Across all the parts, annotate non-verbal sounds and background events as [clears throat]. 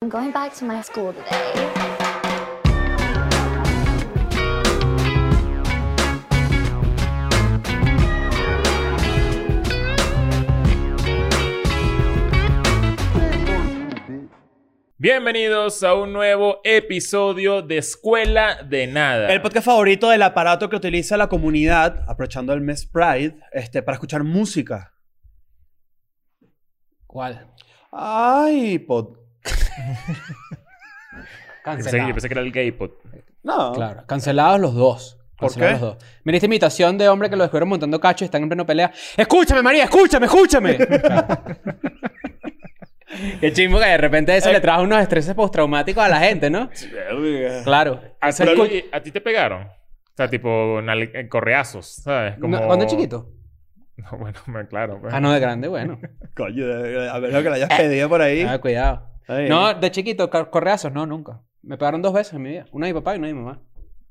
I'm going back to my school today. Bienvenidos a un nuevo episodio de Escuela de Nada. El podcast favorito del aparato que utiliza la comunidad, aprovechando el mes Pride, este, para escuchar música. ¿Cuál? Ay, pod. Yo pensé, yo Cancelados. pensé que era el gay pod. No. Claro, cancelados los dos. ¿Por Cancelados qué? Los dos. Mira esta imitación de hombre que lo descubrieron montando cacho y están en pleno pelea. ¡Escúchame, María! [laughs] ¡Escúchame! ¡Escúchame! Qué chimbo que de repente eso Eh, le trajo unos estreses postraumáticos a la gente, ¿no? Claro. Ah, ¿A, Eso es ti- cu- Ah, a ti te pegaron? O sea, tipo nal- eh, correazos, ¿sabes? Como... No, ¿Cuándo es chiquito? [laughs] No, bueno, me- claro. pues. Ah, no, de grande, bueno. Coño, de- de- a ver lo que le hayas pedido por ahí. Eh, Ah, cuidado. Ay. No, de chiquito, cor- correazos, no, nunca. Me pegaron dos veces en mi vida. Una de mi papá y una de mi mamá.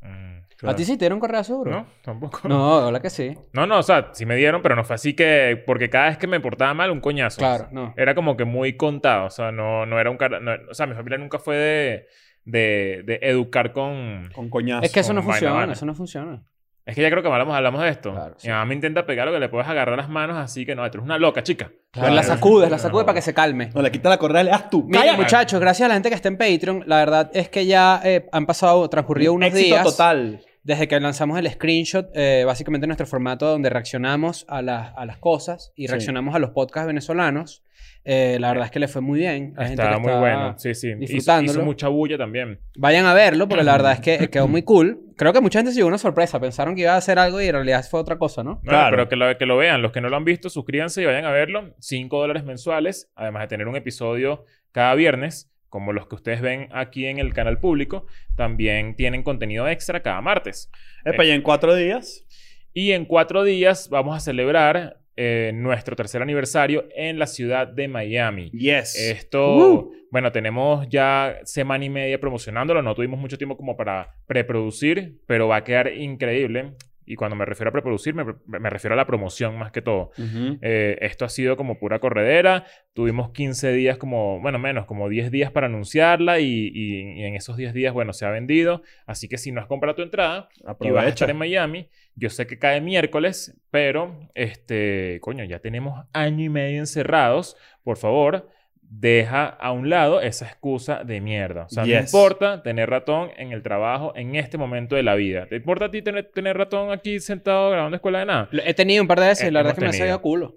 Mm, ¿A ti sí te dieron correazos, bro? ¿No? Tampoco. No. No, hola que sí. no, o sea, sí me dieron, pero no fue así que... Porque cada vez que me portaba mal, un coñazo. Claro, no. Era como que muy contado. O sea, no, no era un... cara- no- o sea, mi familia nunca fue de... De, de educar con... Con coñazo. Es que eso no vaina, funciona, vaina. eso no funciona. Es que ya creo que hablamos, hablamos de esto. Claro, sí. Mi mamá me intenta pegar lo que le puedes agarrar las manos así que no, tú eres una loca, chica. Claro, la sacudes, la sacudes para que se calme. No, le quita la correa, le das tú. Mira, Cállate. muchachos, gracias a la gente que está en Patreon, la verdad es que ya eh, han pasado, transcurrido unos Éxito días Eh. total. desde que lanzamos el screenshot, eh, básicamente nuestro formato donde reaccionamos a las, a las cosas y Sí. reaccionamos a los podcasts venezolanos. Eh, la verdad es que le fue muy bien. Hay gente Está que muy está- bueno. Sí, sí. Hizo- disfrutándolo. Hizo, mucha bulla también. Vayan a verlo porque la verdad es que eh, quedó muy cool. Creo que mucha gente se llevó una sorpresa. Pensaron que iba a hacer algo y en realidad fue otra cosa, ¿no? Bueno, Claro. Pero que lo, que lo vean. Los que no lo han visto, suscríbanse y vayan a verlo. 5 dólares mensuales, además de tener un episodio cada viernes, como los que ustedes ven aquí en el canal público. También tienen contenido extra cada martes. Epa, y en cuatro días. Y en cuatro días vamos a celebrar eh, nuestro tercer aniversario en la ciudad de Miami. Yes. Esto, Uh. bueno, tenemos ya semana y media promocionándolo, no tuvimos mucho tiempo como para preproducir, pero va a quedar increíble. Y cuando me refiero a preproducir, me, me refiero a la promoción más que todo. Ujú. Eh, esto ha sido como pura corredera, tuvimos 15 días como, bueno, menos, como 10 días para anunciarla y, y- y en esos 10 días, bueno, se ha vendido. Así que si no has comprado tu entrada y vas a Aprovecha. estar en Miami, yo sé que cae miércoles, pero, este, coño, ya tenemos año y medio encerrados por favor, deja a un lado esa excusa de mierda. O sea, no Yes. importa tener ratón en el trabajo en este momento de la vida. ¿Te importa a ti tener, tener ratón aquí sentado grabando escuela de nada? Lo- He tenido un par de veces y la Hemos verdad es que me ha tenido. salido a culo.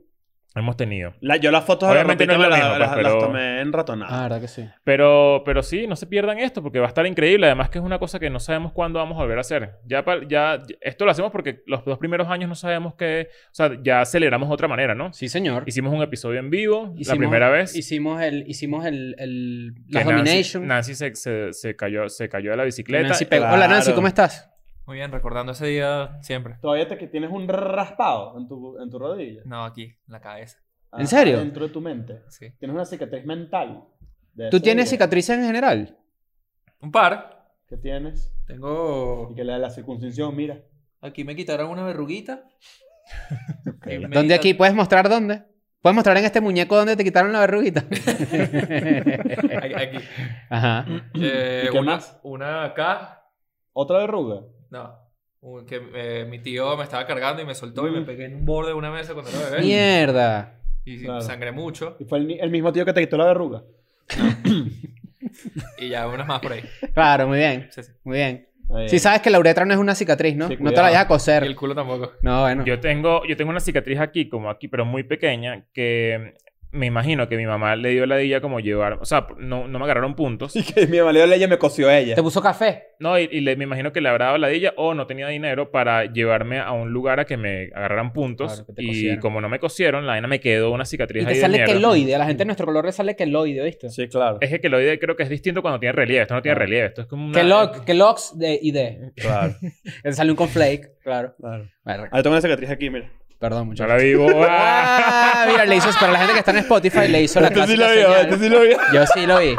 Hemos tenido. La- yo las fotos Obviamente no es lo las- mismo, pues, las, las pero- tomé en Ah, ratonada. verdad que sí. Pero, pero sí, no se pierdan esto porque va a estar increíble. Además que es una cosa que no sabemos cuándo vamos a volver a hacer. Ya, pa- ya esto lo hacemos porque los dos primeros años no sabemos qué... O sea, ya aceleramos de otra manera, ¿no? Sí, señor. Hicimos un episodio en vivo Hicimos- la primera vez. Hicimos el, hicimos el, el la que Nancy- domination. Nancy, se, se- se cayó, se cayó de la bicicleta. Nancy ah. pegó. Hola Nancy, Claro. ¿cómo estás? Muy bien, recordando ese día siempre. Todavía te, que tienes un raspado en tu, en tu rodilla. No, aquí, en la cabeza. ¿En serio? Dentro de tu mente. Sí. Tienes una cicatriz mental. de ¿Tú ese tienes día. cicatrices en general? Un par. ¿Qué tienes? Tengo. Y que la de la circuncisión, mira. Aquí me quitaron [laughs] una verruguita. Y me ¿Dónde quitaron- aquí? ¿Puedes mostrar dónde? ¿Puedes mostrar en este muñeco dónde te quitaron la verruguita? Aquí. aquí. [laughs] Ajá. Eh, ¿Y qué una, más? Una acá. ¿Otra verruga? No. Un- que eh, mi tío me estaba cargando y me soltó y me Mm. pegué en un borde de una mesa cuando era bebé. Mierda. Y Claro. sangré mucho. ¿Y fue el, ni- el mismo tío que te quitó la verruga? Y ya unas más por ahí. Claro, muy bien. Sí, sí. Muy bien. Ahí. Sí sabes que la uretra no es una cicatriz, ¿no? Sí, no te la cuidado. vayas a Y coser. el culo tampoco. No, bueno. Yo tengo, yo tengo una cicatriz aquí, como aquí, pero muy pequeña, que me imagino que mi mamá le dio la dilla como llevar, o sea, no, no me agarraron [laughs] puntos. Y [laughs] que mi mamá ella me coció ella. ¿Te puso café? No, y, y le, me imagino que le habrá dado la dilla o no tenía dinero para llevarme a un lugar a que me agarraran puntos. Claro, que te y cosieran. como no me cosieron, la vaina me quedó una cicatriz Y ahí te de sale mierda. queloide. A la gente de nuestro color le sale queloide, ¿viste? Sí, claro. [laughs] Es que queloide creo que es distinto cuando tiene relieve. Esto no Ah. tiene Claro. relieve. Esto es como una... Kellogg, Kellogg's de, y de. Claro, Te sale un conflake, claro. claro. Verga. Ah, yo tengo una cicatriz aquí, mira. Perdón, Yo muchachos. la [laughs] vivo. ¡ah! Ah, mira, le hizo, para la gente que está en Spotify, le hizo la Este sí clásica lo vi, señal. este sí lo vi. Yo sí lo vi.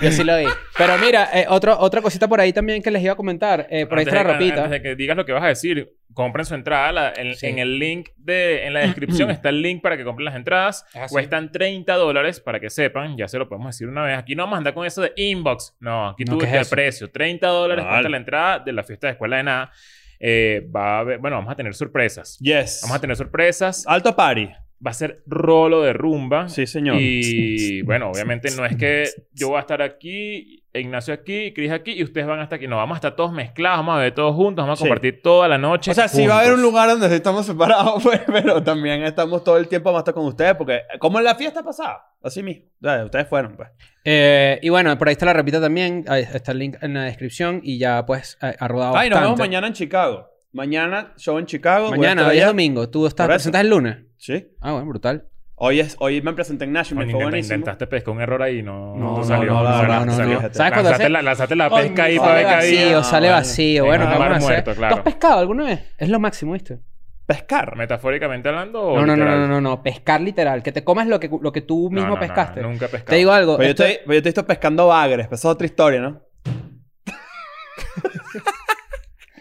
Yo sí lo vi. Pero mira, eh, otro, otra cosita por ahí también que les iba a comentar. eh, por ahí Antes está la de- ropita. Antes de que digas lo que vas a decir, compren su entrada. la- en, Sí. en el link de... En la [clears throat] descripción está el link para que compren las entradas. Es así. Cuestan 30 dólares para que sepan. Ya se lo podemos decir una vez. Aquí no vamos a andar con eso de inbox. No, aquí No, tú ¿qué es buscas el eso? precio. 30 dólares Vale. cuesta la entrada de la fiesta de escuela de nada. Eh, va a haber... Bueno, vamos a tener sorpresas. Yes. Vamos a tener sorpresas. Alto party. Va a ser rolo de rumba. Sí, señor. [laughs] Y bueno, obviamente no es que yo voy a estar aquí, Ignacio aquí, Cris aquí y ustedes van hasta aquí. No, vamos a estar todos mezclados, vamos a ver todos juntos, vamos a Sí. compartir toda la noche. O sea, sí va a haber un juntos. lugar donde estamos separados, [laughs] pues, pero también estamos todo el tiempo más estar con ustedes, porque como en la fiesta pasada, así mismo. O sea, ustedes fueron, pues. Eh, y bueno, por ahí está la repita también. Ahí está el link en la descripción y ya pues eh, ha rodado Ay, nos bastante. vemos mañana en Chicago. Mañana, show en Chicago. voy a Mañana, estar hoy es allá. domingo. ¿Tú estás Por eso. presentas el lunes? Sí. Ah, bueno, brutal. Hoy, es, hoy me presenté en Nashville, Coño, fue intenta- buenísimo. intentaste pescar un error ahí, no, No, no, no, salió. no, la salió, verdad, no, salió. no. ¿Sabes cuando Lanzaste hace- la, lanzaste la Coño, pesca ahí para Sale ver qué había. vacío, No, sale vale. vacío. Sí, Bueno, no, ¿qué vamos mar a hacer? muerto, claro. ¿Tú has pescado alguna vez? Es lo máximo, ¿viste? Pescar. ¿Metafóricamente hablando o No, no, no, Oh, literal? no, no, no. Pescar literal. Que te comas lo que, lo que tú No, mismo no, no, pescaste. nunca he pescado. Te digo algo. Pero yo, esto- estoy, pero yo te he visto pescando bagres. Pero Esa es otra historia, ¿no?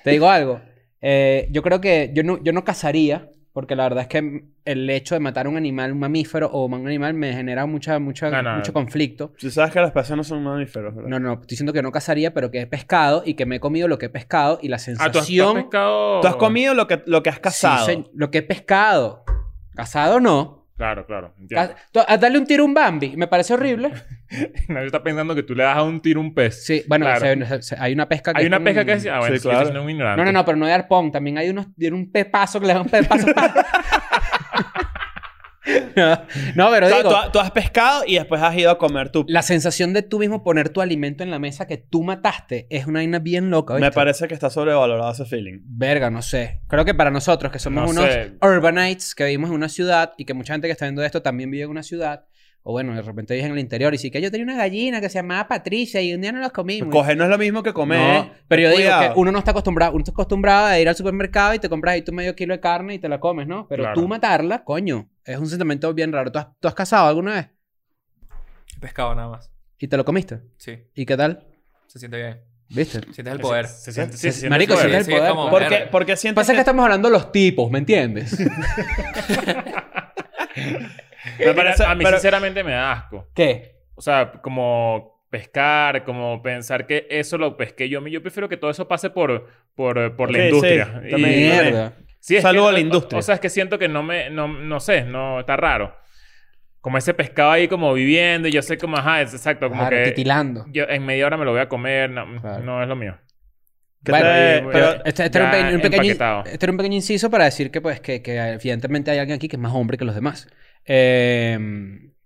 Te digo algo. Eh, yo creo que yo no, yo no cazaría, porque la verdad es que el hecho de matar un animal, un mamífero o un animal me genera mucha, mucha, Ah, No, no. mucho conflicto. Tú sabes que las personas no son mamíferos, ¿verdad? No, no, estoy diciendo que no cazaría, pero que he pescado y que me he comido lo que he pescado y la Ah, ¿tú has, tú has sensación. pescado? Tú has comido lo que, lo que has cazado. Sí, señ- lo que he pescado. Cazado no. Claro, claro. Ca- Entiendo. [laughs] to- A, darle un tiro a un Bambi, me parece horrible. Nadie está pensando que tú le das a un tiro un pez. Sí, bueno, Claro. se- se- se- hay una pesca que. Hay es una con- pesca que es... Ah, bueno, Sí, sí, claro. claro. un No, ignorante. no, no, pero no de arpón. También hay unos, tiene un pepazo que le dan un [laughs] pepazo. [laughs] no, no, pero O sea, digo, tú, ha- tú has pescado y después has ido a comer tu... la sensación de tú mismo poner tu alimento en la mesa que tú mataste es una vaina bien loca. Me ¿oíste? parece que está sobrevalorado ese feeling. Verga, no sé. Creo que para nosotros, que somos No unos sé. urbanites que vivimos en una ciudad y que mucha gente que está viendo esto también vive en una ciudad, o bueno, de repente vives en el interior y sí que yo tenía una gallina que se llamaba Patricia y un día no las comimos. Coger no es lo mismo que comer. No, pero yo digo Cuidado. que uno no está acostumbrado, uno está acostumbrado a ir al supermercado y te compras ahí tu medio kilo de carne y te la comes, ¿no? Pero Claro. tú matarla, coño, es un sentimiento bien raro. ¿Tú has, tú has casado alguna vez Pescado nada más. y te lo comiste? Sí, ¿Y qué tal? se siente bien. ¿Viste? Sientes el poder. Se, se siente, sí, se siente Marico, el se poder. siente el Sí, es poder. como- Por- ¿Por qué, Verga. por qué sientes Pasa que que- estamos hablando de los tipos, [laughs] ¿me entiendes? Me Mira, parece- a mí pero- sinceramente me da asco. ¿Qué? O sea, como pescar, como pensar que eso lo pesqué yo. Yo prefiero que todo eso pase por, por, por la Sí, sí, industria. Y- también. Mierda. Sí, es Saludo que- a la o- industria. O, sea, es que siento que no me... No, no sé, no... Está raro. Como ese pescado ahí como viviendo y yo sé como... Ajá, es exacto. Como Claro, que... titilando. Yo en media hora me lo voy a comer. No, Claro. no es lo mío. que Bueno, te- yo- eh, pero- yo- Este, este era un Ya pequeño- un pequeño, empaquetado. este era un pequeño inciso para decir que, pues, que, que evidentemente hay alguien aquí que es más hombre que los demás. Eh,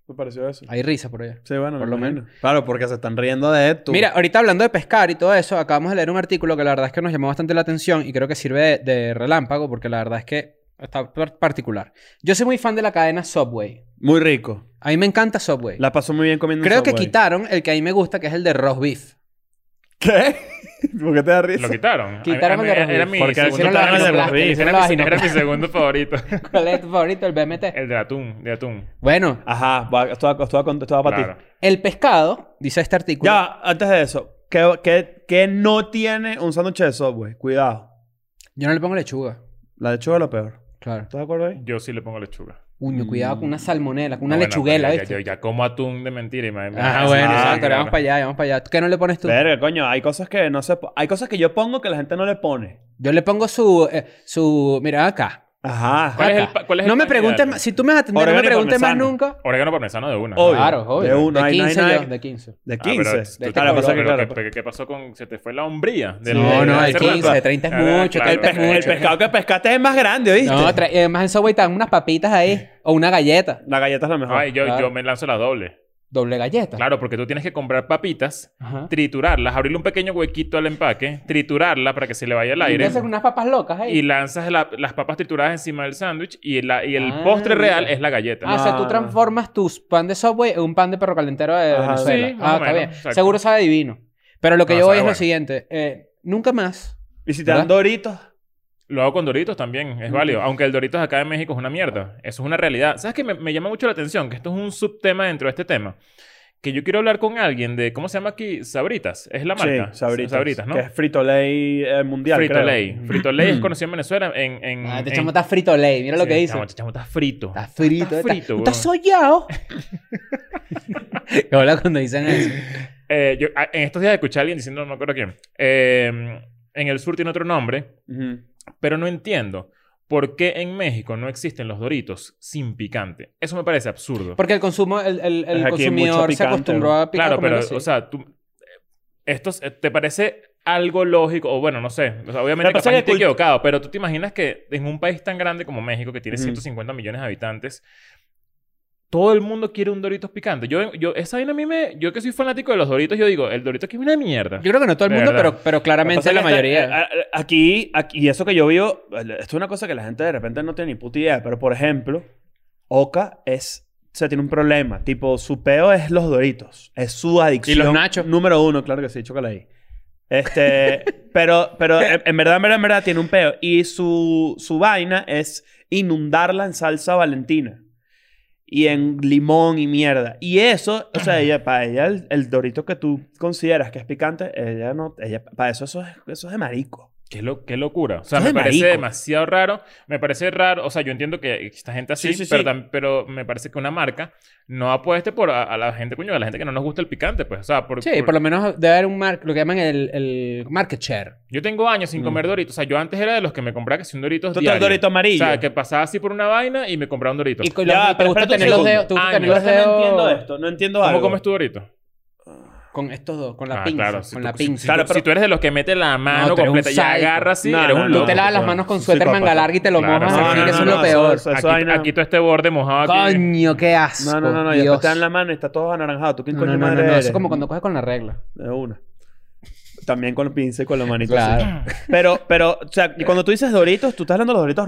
¿Te pareció eso? hay risa por allá. Sí, bueno, Por me lo imagino. Claro, porque se están riendo de tú. Mira, ahorita hablando de pescar y todo eso, acabamos de leer un artículo que la verdad es que nos llamó bastante la atención y creo que sirve de, de relámpago porque la verdad es que está par- particular. Yo soy muy fan de la cadena Subway. muy rico. A mí me encanta Subway. La pasó muy bien comiendo un creo que Subway. quitaron el que a mí me gusta, que es el de roast beef. ¿Qué? [laughs] ¿Por qué te da risa? Lo quitaron. Quitaron A mí- el de a los mí- Era beef. mi Porque segundo hicieron la favorito. vaina de los Era mi- beef, hicieron la vaina. [laughs] Era mi segundo favorito. [laughs] ¿Cuál es tu favorito? El BMT. El de atún. De atún. Bueno, Ajá, va- esto va, esto va con- esto va para ti. Claro. el pescado, dice este artículo. Ya, antes de eso, ¿qué, qué, qué no tiene un sándwich de Subway? Cuidado. Yo no le pongo lechuga. La lechuga es lo peor. Claro. ¿Estás de acuerdo ahí? Yo sí le pongo lechuga. Uño, cuidado con una salmonela, con una Mm. No, bueno, lechuguela, pero ya- ¿viste? Ya, ya como atún de mentira y me... Ah, me- bueno, sí, exacto. claro. Vamos para allá, vamos para allá. ¿Tú ¿Qué no le pones tú? Verga, coño, hay cosas que no se... po- Hay cosas que yo pongo que la gente no le pone. Yo le pongo su... eh, su mira acá. Ajá. ¿Cuál es el Acá. pa- cuál es el no me pan preguntes ideal? más. Si tú me vas a atender, no me Orégano y preguntes más parmesano. nunca. Orégano parmesano de una. Obvio. Claro, obvio. De uno, de hay- no hay 15 nada yo, que- Oh, de 15. De Ah, pero 15. tú- este tú- Claro, color. pasa que, pero claro, ¿qué- pues, ¿Qué, qué pasó con... Se te fue la hombría? de la- No, de no, la de cerveza? Ah, 15, de 30 es mucho, claro. el, pesca- el pescado que pescaste es más grande, ¿oíste? No, tra- y además en Subway te dan unas papitas ahí. O una galleta. La galleta es la mejor. Ay, yo, Claro. yo me lanzo la doble. Doble galleta. Claro, porque tú tienes que comprar papitas, Ajá. triturarlas, abrirle un pequeño huequito al empaque, triturarla para que se le vaya el Y aire. entonces unas papas locas ahí. Y lanzas la- las papas trituradas encima del sándwich y, la- y el Ah, postre mira. real es la galleta. Ah, o sea, tú Ah. transformas tus pan de Subway en un pan de perro calentero de Ajá. Venezuela. Sí, más o ah, está menos, bien. exacto. Seguro sabe divino. Pero lo que No, yo sabe voy es lo bueno. siguiente. eh, nunca más. Y si te dan ¿Verdad? doritos... Lo hago con Doritos también, es válido. Aunque el Doritos acá en México es una mierda. Eso es una realidad. ¿Sabes qué? Me, me llama mucho la atención que esto es un subtema dentro de este tema. que yo quiero hablar con alguien de, ¿cómo se llama aquí? Sabritas, es la marca. Sí, Sabritas. ¿no? Que es Frito Lay eh, mundial, Frito creo. Mm. Ley. Frito Ley es conocido en Venezuela en... en, Ah, este en- chamo está frito ley, mira lo Mm, eh. Sí, que dice. chamo, este chamo está frito. Está frito, Está está, frito, está weón. [laughs] sollado. Que habla cuando dicen eso. Eh, yo, a- en estos días escuché a alguien diciendo, no me acuerdo quién, eh, en el sur tiene otro nombre, Ujú. pero no entiendo por qué en México no existen los doritos sin picante. Eso me parece absurdo. Porque el consumo, el, el- el Es aquí mucho consumidor se picante, acostumbró weón. a picar. claro, pero, comerlo así. o sea, tú, eh, esto es- ¿te parece algo lógico? O bueno, no sé. O sea, Lo obviamente que pasa capaz es estoy que cult- equivocado, pero tú te imaginas que en un país tan grande como México, que tiene Ujú. 150 millones de habitantes, todo el mundo quiere un Doritos picante. Yo, yo, esa vaina a mí me... Yo que soy fanático de los Doritos, yo digo, el Dorito que es una mierda. Yo creo que no todo el De mundo, verdad. pero, pero Lo que pasa claramente es la que esta- mayoría. eh, a- Aquí, aquí, y eso que yo veo, esto es una cosa que la gente de repente no tiene ni puta idea, pero por ejemplo, Oka es, se tiene un problema. Tipo, su peo es los doritos. Es su adicción. Y los nachos. Número uno, claro que sí, chócala ahí. Este, [laughs] pero, pero en, en verdad, en verdad, en verdad, tiene un peo. Y su, su vaina es inundarla en salsa valentina. Y en limón y mierda. Y eso, o sea, ella, para ella, el, el dorito que tú consideras que es picante, ella no, ella, para eso, eso es, eso es de marico. Qué, lo, qué locura. O sea, Eso me es de parece marico. demasiado raro. Me parece raro. O sea, yo entiendo que esta gente así, Sí, sí, pero, sí. tam- pero me parece que una marca no apueste por a, a la gente, coño, a la gente que no nos gusta el picante, pues. O sea, por, Sí, por lo menos debe haber un mar- lo que llaman el, el market share. Yo tengo años sin Mm. comer Doritos. O sea, yo antes era de los que me compraba que si un Doritos Tú te el diario. dorito O amarillo. sea, que pasaba así por una vaina y me compraba un Dorito. Y con Ya, los- y te pero gusta espérate un tener los segundo. dedos. Te gusta Ah, tener yo Yo los es que no entiendo dedos. esto, no entiendo ¿Cómo algo. comes tu Dorito? Con estos dos, con la Ah, pinza. claro, si con tú- la si- pinza. Si, Claro, tú- pero- si tú eres de los que mete la mano No, tú eres un completa y sádico. agarra así, No, eres un no, no. Tú loco. te lavas las claro. manos con Un suéter manga psicópata. larga y te lo Claro, mojas. no, así no, que eso no, es lo no, peor. eso- eso- Aquí, eso vaina- aquí todo este borde mojado aquí. Coño, qué asco. No, no, no, no. Y Dios. después te dan la mano y está todo anaranjado. ¿Tú quién No, coño no, no, madre no, eres? Eso es como cuando coges con la regla. De una. También con los pinces y con la manito así. Claro. Pero, pero, o sea, y cuando tú dices doritos, tú estás hablando de los doritos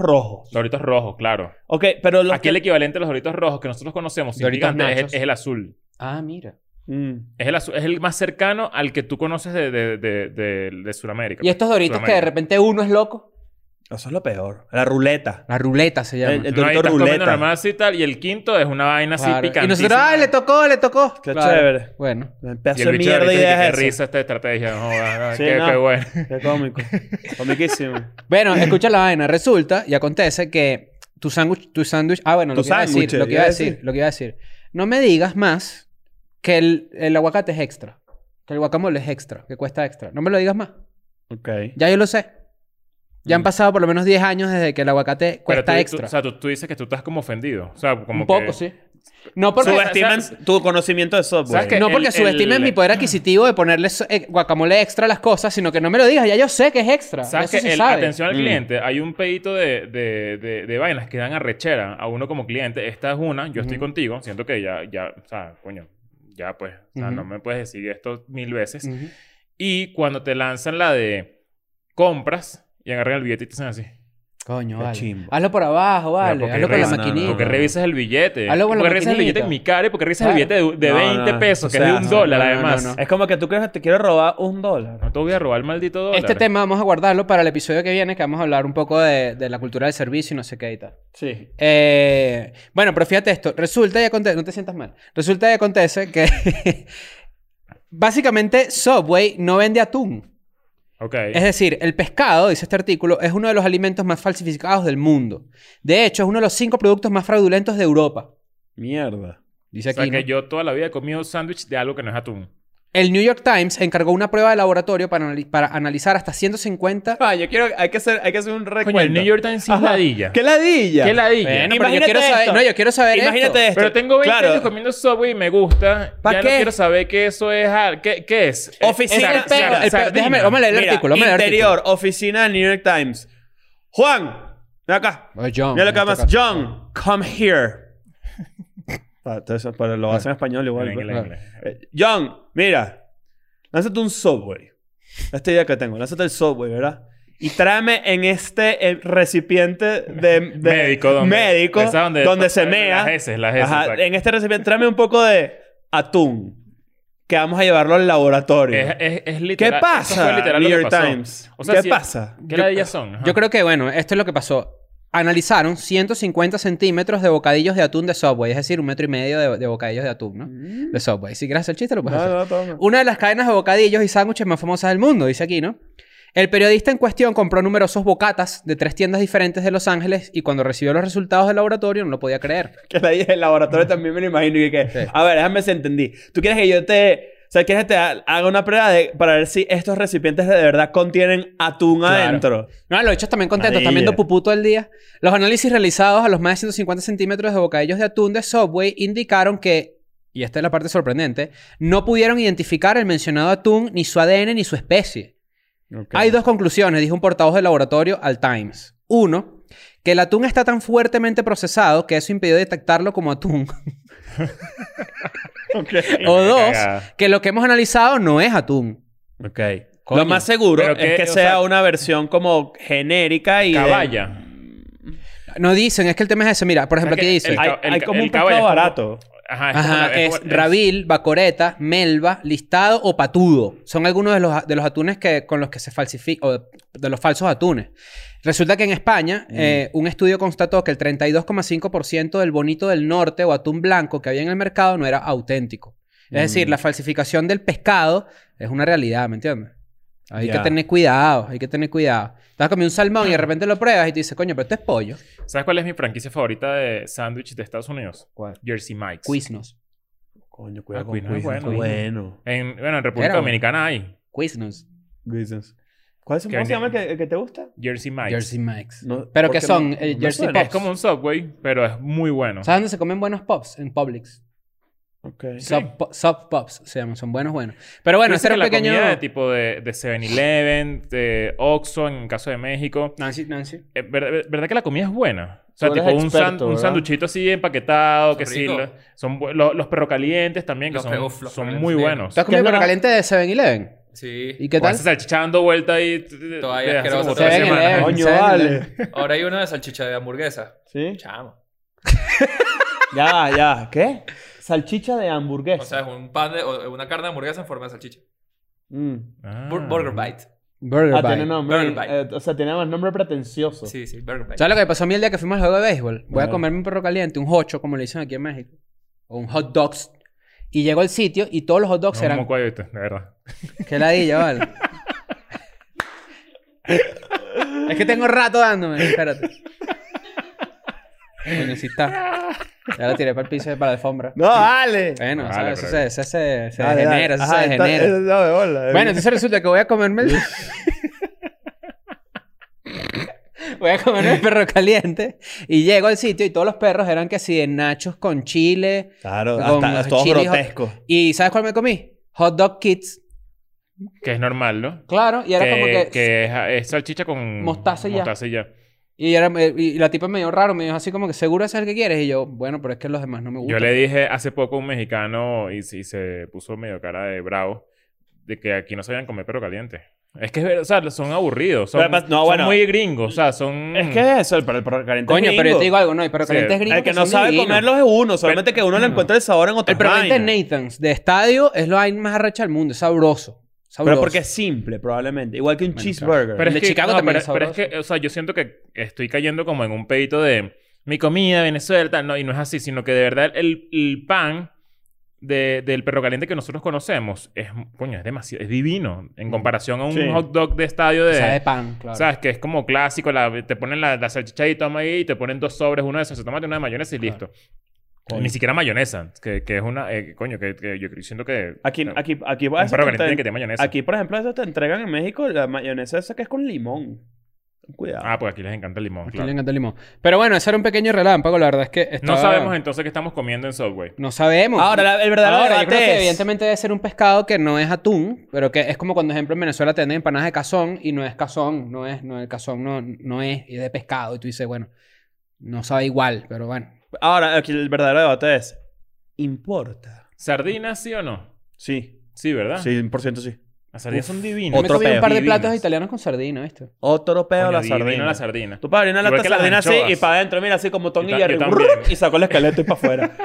[clears throat] rojos. Doritos rojos, claro. Ok, pero los Aquí el equivalente a los Doritos rojos que nosotros conocemos sin Doritos picante es, el- nachos. es el azul. Ah, mira. Mm. Es el, azul, es el más cercano al que tú conoces de, de, de, de, de Sudamérica. pues, Y estos doritos que de Sudamérica. repente uno es loco. Eso es lo peor. La ruleta. La ruleta se llama. El- el No, ahí Dorito estás comiendo ruleta. normal así y tal. Y el quinto es una vaina así Claro. picante. y nosotros, ¡ay, le tocó, le tocó! Qué Claro. chévere. Bueno. El Y pedazo el de bicho mierda ahorita idea que, es qué risa esta estrategia. No, va, va, Sí, qué, no. qué bueno. esa. Qué cómico. Comiquísimo. Bueno, escucha la vaina. Resulta y acontece que tu sándwich... Tu sándwich... Ah, bueno, lo Tu que iba a decir. sándwich, Lo que iba a decir. Lo que iba a decir. No me digas más que el, el aguacate es extra. Que el guacamole es extra. Que cuesta extra. No me lo digas más. Ok. Ya yo lo sé. Ya han Mm. pasado por lo menos 10 años desde que el aguacate Pero cuesta tú- tú- extra. o sea, tú, tú dices que tú estás como ofendido. O sea, como Un poco, que- sí. No porque, Subestiman tu conocimiento de software. ¿Sabes qué? no el- porque el- subestimen mi poder adquisitivo de ponerle so- eh, guacamole extra a las cosas, sino que no me lo digas. Ya yo sé que es extra. ¿Sabes Eso que se el- sabe. atención al Mm. cliente? Hay un pedito de, de, de, de vainas que dan arrechera a uno como cliente. Esta es una, yo estoy Ujú. contigo, siento que ya, ya, o sea, coño, ya pues, o sea, Ujú. no me puedes decir esto mil veces. Mm. Ujú. Y cuando te lanzan la de compras y agarran el billete y te hacen así. Coño, Qué vale. chimbo. Hazlo por abajo, Mira, vale. porque Hazlo con la revisas- maquinita. Porque revisas el billete. Hazlo con la Porque revisas el billete maquinita. en mi cara y porque revisas el Claro. billete de, de No, 20 no, pesos, o que es sea, de un no, dólar no, no, además. no. Es como que tú crees que te quiero robar un dólar. No te voy a robar el maldito dólar. Este tema vamos a guardarlo para el episodio que viene, que vamos a hablar un poco de, de la cultura del servicio y no sé qué y tal. Sí. Eh, bueno, pero fíjate esto. Resulta y acontece... No te sientas mal. Resulta y acontece que... [laughs] básicamente, Subway no vende atún. Ok. Es decir, el pescado, dice este artículo, es uno de los alimentos más falsificados del mundo. De hecho, es uno de los cinco productos más fraudulentos de Europa. Mierda. Dice o aquí. sea que ¿no? yo toda la vida he comido sándwich de algo que no es atún. El New York Times encargó una prueba de laboratorio para, anali- para analizar hasta 150. Ah, yo quiero... Hay que hacer, hay que hacer un recuento. Coño, el New York Times es Ajá. ladilla. ¿Qué ladilla? ¿Qué ladilla? Bueno, este, pero yo Imagínate quiero saber. esto. No, yo quiero saber. esto. Imagínate esto. Pero tengo 20 Claro. años comiendo Subway y me gusta. ¿Pa ya no qué? quiero saber qué eso es. al- ¿Qué, qué es? Eh, Ese es Oficina- el peo, sar- el peo. sardina. Déjame, vamos a leer el Mira, artículo. Vamos a leer el interior, oficina del New York Times. Juan, ven acá. artículo. Oh, John, Mira lo que en llamas. este caso. John, come here. [laughs] Ah, entonces, pero lo hacen en español igual. En pues. inglés, en inglés. Eh, John, mira. Lánzate un subway. Esta idea que tengo. Lánzate el subway, ¿verdad? Y tráeme en este eh, recipiente de, de- Médico, donde- médico, esa donde- donde, se las mea. heces, las heces, Ajá, exacto. en este recipiente tráeme un poco de atún. Que vamos a llevarlo al laboratorio. Es, es, es ¿Qué literal. eso pasa, fue literal New lo que York pasó. Times? O sea, ¿Qué si- pasa? ¿Qué Yo- ladillas son? Ajá. Yo creo que, bueno, esto es lo que pasó. analizaron 150 centímetros de bocadillos de atún de Subway, es decir, un metro y medio de, de bocadillos de atún, ¿no? Mm. De Subway. Si quieres hacer el chiste, lo puedes No, hacer. no, toma. Una de las cadenas de bocadillos y sándwiches más famosas del mundo, dice aquí, ¿no? El periodista en cuestión compró numerosos bocatas de tres tiendas diferentes de Los Ángeles y cuando recibió los resultados del laboratorio no lo podía creer. [laughs] Que la dije el Mm. laboratorio también me lo imagino. Y que, Sí. a ver, déjame si entendí. ¿Tú quieres que yo te... O sea, quieres que te ha- haga una prueba de- para ver si estos recipientes de verdad contienen atún Claro. adentro? No, lo hechos también contento, Maravilla. también viendo pupú todo el día. Los análisis realizados a los más de 150 centímetros de bocadillos de atún de Subway indicaron que, y esta es la parte sorprendente, no pudieron identificar el mencionado atún, ni su ADN, ni su especie. Hay dos conclusiones, dijo un portavoz del laboratorio al Times. Uno, que el atún está tan fuertemente procesado que eso impidió detectarlo como atún. Ok. O dos, Cagada. que lo que hemos analizado no es atún. Ok. Coño. Lo más seguro Pero es que, que, o sea sea, una versión como genérica y... de- Caballa. No dicen, es que el tema es ese. Mira, por ejemplo, O sea aquí que dice... el- Hay, ca- hay ca- como el un caballa pescado es como- barato. Ajá, es como Ajá, una- es, como- Rabil, Bacoreta, Melva, Listado o Patudo. Son algunos de los, a- de los atunes que, con los que se falsifica, o de, de los falsos atunes. Resulta que en España, eh, un estudio constató que el 32,5% del bonito del norte o atún blanco que había en el mercado no era auténtico. Es decir, la falsificación del pescado es una realidad, ¿me entiendes? Hay Ya. que tener cuidado, hay que tener cuidado. Estás comiendo un salmón y de repente lo pruebas y te dices, coño, pero esto es pollo. ¿Sabes cuál es mi franquicia favorita de sándwich de Estados Unidos? ¿Cuál? Jersey Mike's. Quiznos. Coño, Ah, cuidado con cuidado, Quiznos, bueno. qué bueno. En, bueno, en República Era, bueno. Dominicana hay Quiznos. Quiznos. ¿Cuál es el Que cómo se llama venía- el que, el que te gusta? Jersey Mike's. Jersey Mike's. No, Pero porque que son no- eh, no Jersey suena. Pops. Es como un Subway, pero es muy bueno. ¿Sabes dónde se comen buenos pops? En Publix. Ok. Sub, po- sub pops se llaman, son buenos, buenos. Pero bueno, ese Dicen era un que la pequeño. comida de tipo de, de 7-Eleven, de Oxxo en el caso de México. Nancy, Nancy. Eh, ver- ver- ¿Verdad que la comida es buena? O sea, Tú eres tipo un, experto, san- un ¿verdad? sanduchito así empaquetado, Son que sí. ricos. lo- son bu- lo- los perrocalientes también, que Los son, pe- uf, los son perros muy calientes, buenos. ¿Tú has comido ¿Qué es lo perro más- caliente de 7-Eleven? Sí. ¿Y qué O tal? esa salchicha dando vuelta ahí. t- t- Todavía desde hace asqueroso, como se tres ven semanas. en el- Coño, Coño, vale. vale. Ahora hay una de salchicha de hamburguesa. ¿Sí? [laughs] Chamo. Ya, ya. ¿Qué? Salchicha de hamburguesa. O sea, es un pan de, o- una carne de hamburguesa en forma de salchicha. Mm. Ah. Bur- Burger Bite. Burger Ah, Bite. tiene nombre. Burger Bite. eh, o sea, tiene más nombre pretencioso. Sí, sí, Burger Bite. ¿Sabes lo que me pasó a mí el día que fuimos al juego de béisbol? Voy a Ajá. comerme un perro caliente, un hocho, como le dicen aquí en México. O un hot dogs. Y llego al sitio y todos los hot dogs No, eran. como cuello, de verdad. Qué ladilla, vale. es que tengo rato dándome. Espérate. Bueno, sí está. Ya lo tiré para el piso y para la alfombra. No, dale. Bueno, Vale, ¿sabes? eso pero- se, se, se, se Dale, dale. degenera, eso Ajá, se está- degenera. eso está de bola, eh. Bueno, entonces resulta que voy a comerme el... [laughs] voy [laughs] a comerme el perro caliente. Y llego al sitio y todos los perros eran que si de nachos con chile. Claro, con hasta, es todo chili hot- grotesco. ¿Y sabes cuál me comí? Hot dog kids. Que es normal, ¿no? Claro, y era que, como que... que es, es salchicha con Mostaza y ya. mostaza y ya. Y, era, eh, y la tipa me dio raro, me dijo así como que seguro ese es el que quieres. Y yo, bueno, pero es que los demás no me Yo gustan. le dije hace poco a un mexicano y, se- y se puso medio cara de bravo de que aquí no sabían comer perro caliente. Es que es verdad, o sea, son aburridos. Son, Pero pues, además- no, son bueno. muy gringos, o sea, son... Es que eso, el, el perro caliente. es Mm. Coño, pero yo gringo. te digo algo, no, el perro Sí, caliente es gringo. El que no son sabe divinos. comerlo es uno, solamente que uno le encuentra el sabor en otro El perro caliente es Nathan's, de estadio, es lo hay más arrecha del mundo, es sabroso. sabroso. Pero porque es simple, probablemente. Igual que un Bueno, cheeseburger. Pero El es de que, Chicago también pero, es pero sabroso. que, o sea, yo siento que estoy cayendo como en un pedito de mi comida, Venezuela, tal. No, y no es así, sino que de verdad el, el pan de- del perro caliente que nosotros conocemos es, coño, es demasiado, es divino en comparación a un Sí. hot dog de estadio de... Mm. Sabe pan, claro. ¿Sabes? Que es como clásico. la- te ponen la, la salchicha y toma ahí y te ponen dos sobres, uno de salsa de tomate, una de mayonesa y Claro. listo. Coño. Ni siquiera mayonesa, que, que es una... eh, coño, que, que yo siento que... Aquí, no, aquí, aquí, Un eso perro te- caliente tiene que tener mayonesa. aquí, por ejemplo, eso te entregan en México la mayonesa esa que es con limón. Cuidado. Ah, pues aquí les encanta el limón, Aquí claro. le encanta el limón. Pero bueno, ese era un pequeño relámpago, la verdad es que No estaba- sabemos entonces qué estamos comiendo en Subway. No sabemos. Ahora, la- el verdadero Ahora, yo debate creo que es- evidentemente debe ser un pescado que no es atún, pero que es como cuando, por ejemplo, en Venezuela te venden empanadas de cazón y no es cazón, no es, no el cazón no, no es, es de pescado. Y tú dices, bueno, no sabe igual, pero bueno. Ahora, aquí el verdadero debate es... ¿Importa? ¿Sardinas sí o no? Sí. Sí, ¿verdad? Sí, 100% sí. Las sardinas son divinas. Yo Otro me comí un peo. par de Divinas. platos italianos con sardina, ¿viste? Otro pedo Coño, la divino sardina. la sardina. Tú para abrir una Igual lata de que las sardina así anchoas. y para adentro, mira, así como Tom Yo y ta- Jerry. yo también. Y sacó el esqueleto y para [laughs] afuera.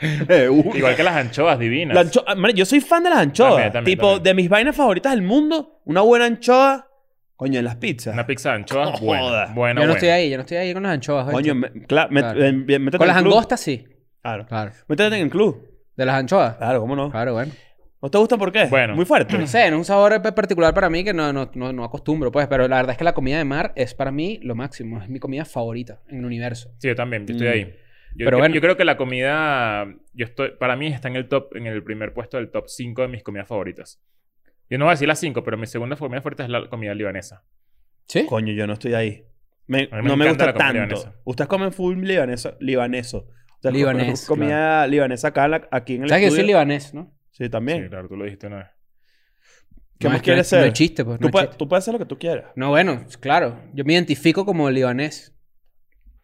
Eh, uh. Igual que las anchoas divinas. La ancho- ah, man, yo soy fan de las anchoas. También, también, tipo, también. de mis vainas favoritas del mundo, una buena anchoa Coño, en las pizzas. Una pizza de anchoas buena. Buena, Joda. yo no buena. estoy ahí, yo no estoy ahí con las anchoas. ¿oíste? Coño, me- cla- me- Claro. en- bien, métete con en las el club. angostas sí. Claro. Claro. Métete en el club. De las anchoas. Claro, ¿cómo no? Claro, bueno. ¿No te gustan por qué? Bueno. Muy fuerte. No sé, no es un sabor pe- particular para mí que no, no, no, no acostumbro, pues. Pero la verdad es que la comida de mar es para mí lo máximo. Es mi comida favorita en el universo. Sí, yo también, yo estoy Mm. ahí. Yo, Pero yo- bueno. yo creo que la comida, yo estoy, para mí está en el top, en el primer puesto del top 5 de mis comidas favoritas. Yo no voy a decir las 5, pero mi segunda comida favorita es la comida libanesa. ¿Sí? Coño, yo no estoy ahí. Me- A mí me no me encanta gusta la comida tanto. libanesa. Ustedes comen full libaneso. Libaneso. Ustedes Libanés, comen comida libanesa acá, en la- aquí en el ¿Sabes que yo estudio. soy libanés, no? Sí, Sí, también. claro, tú lo dijiste una vez. ¿Qué No, más es que quieres no es- ser? No es chiste, pues. tú, No, es puedes- chiste. tú puedes hacer lo que tú quieras. No, bueno, claro. Yo me identifico como libanés.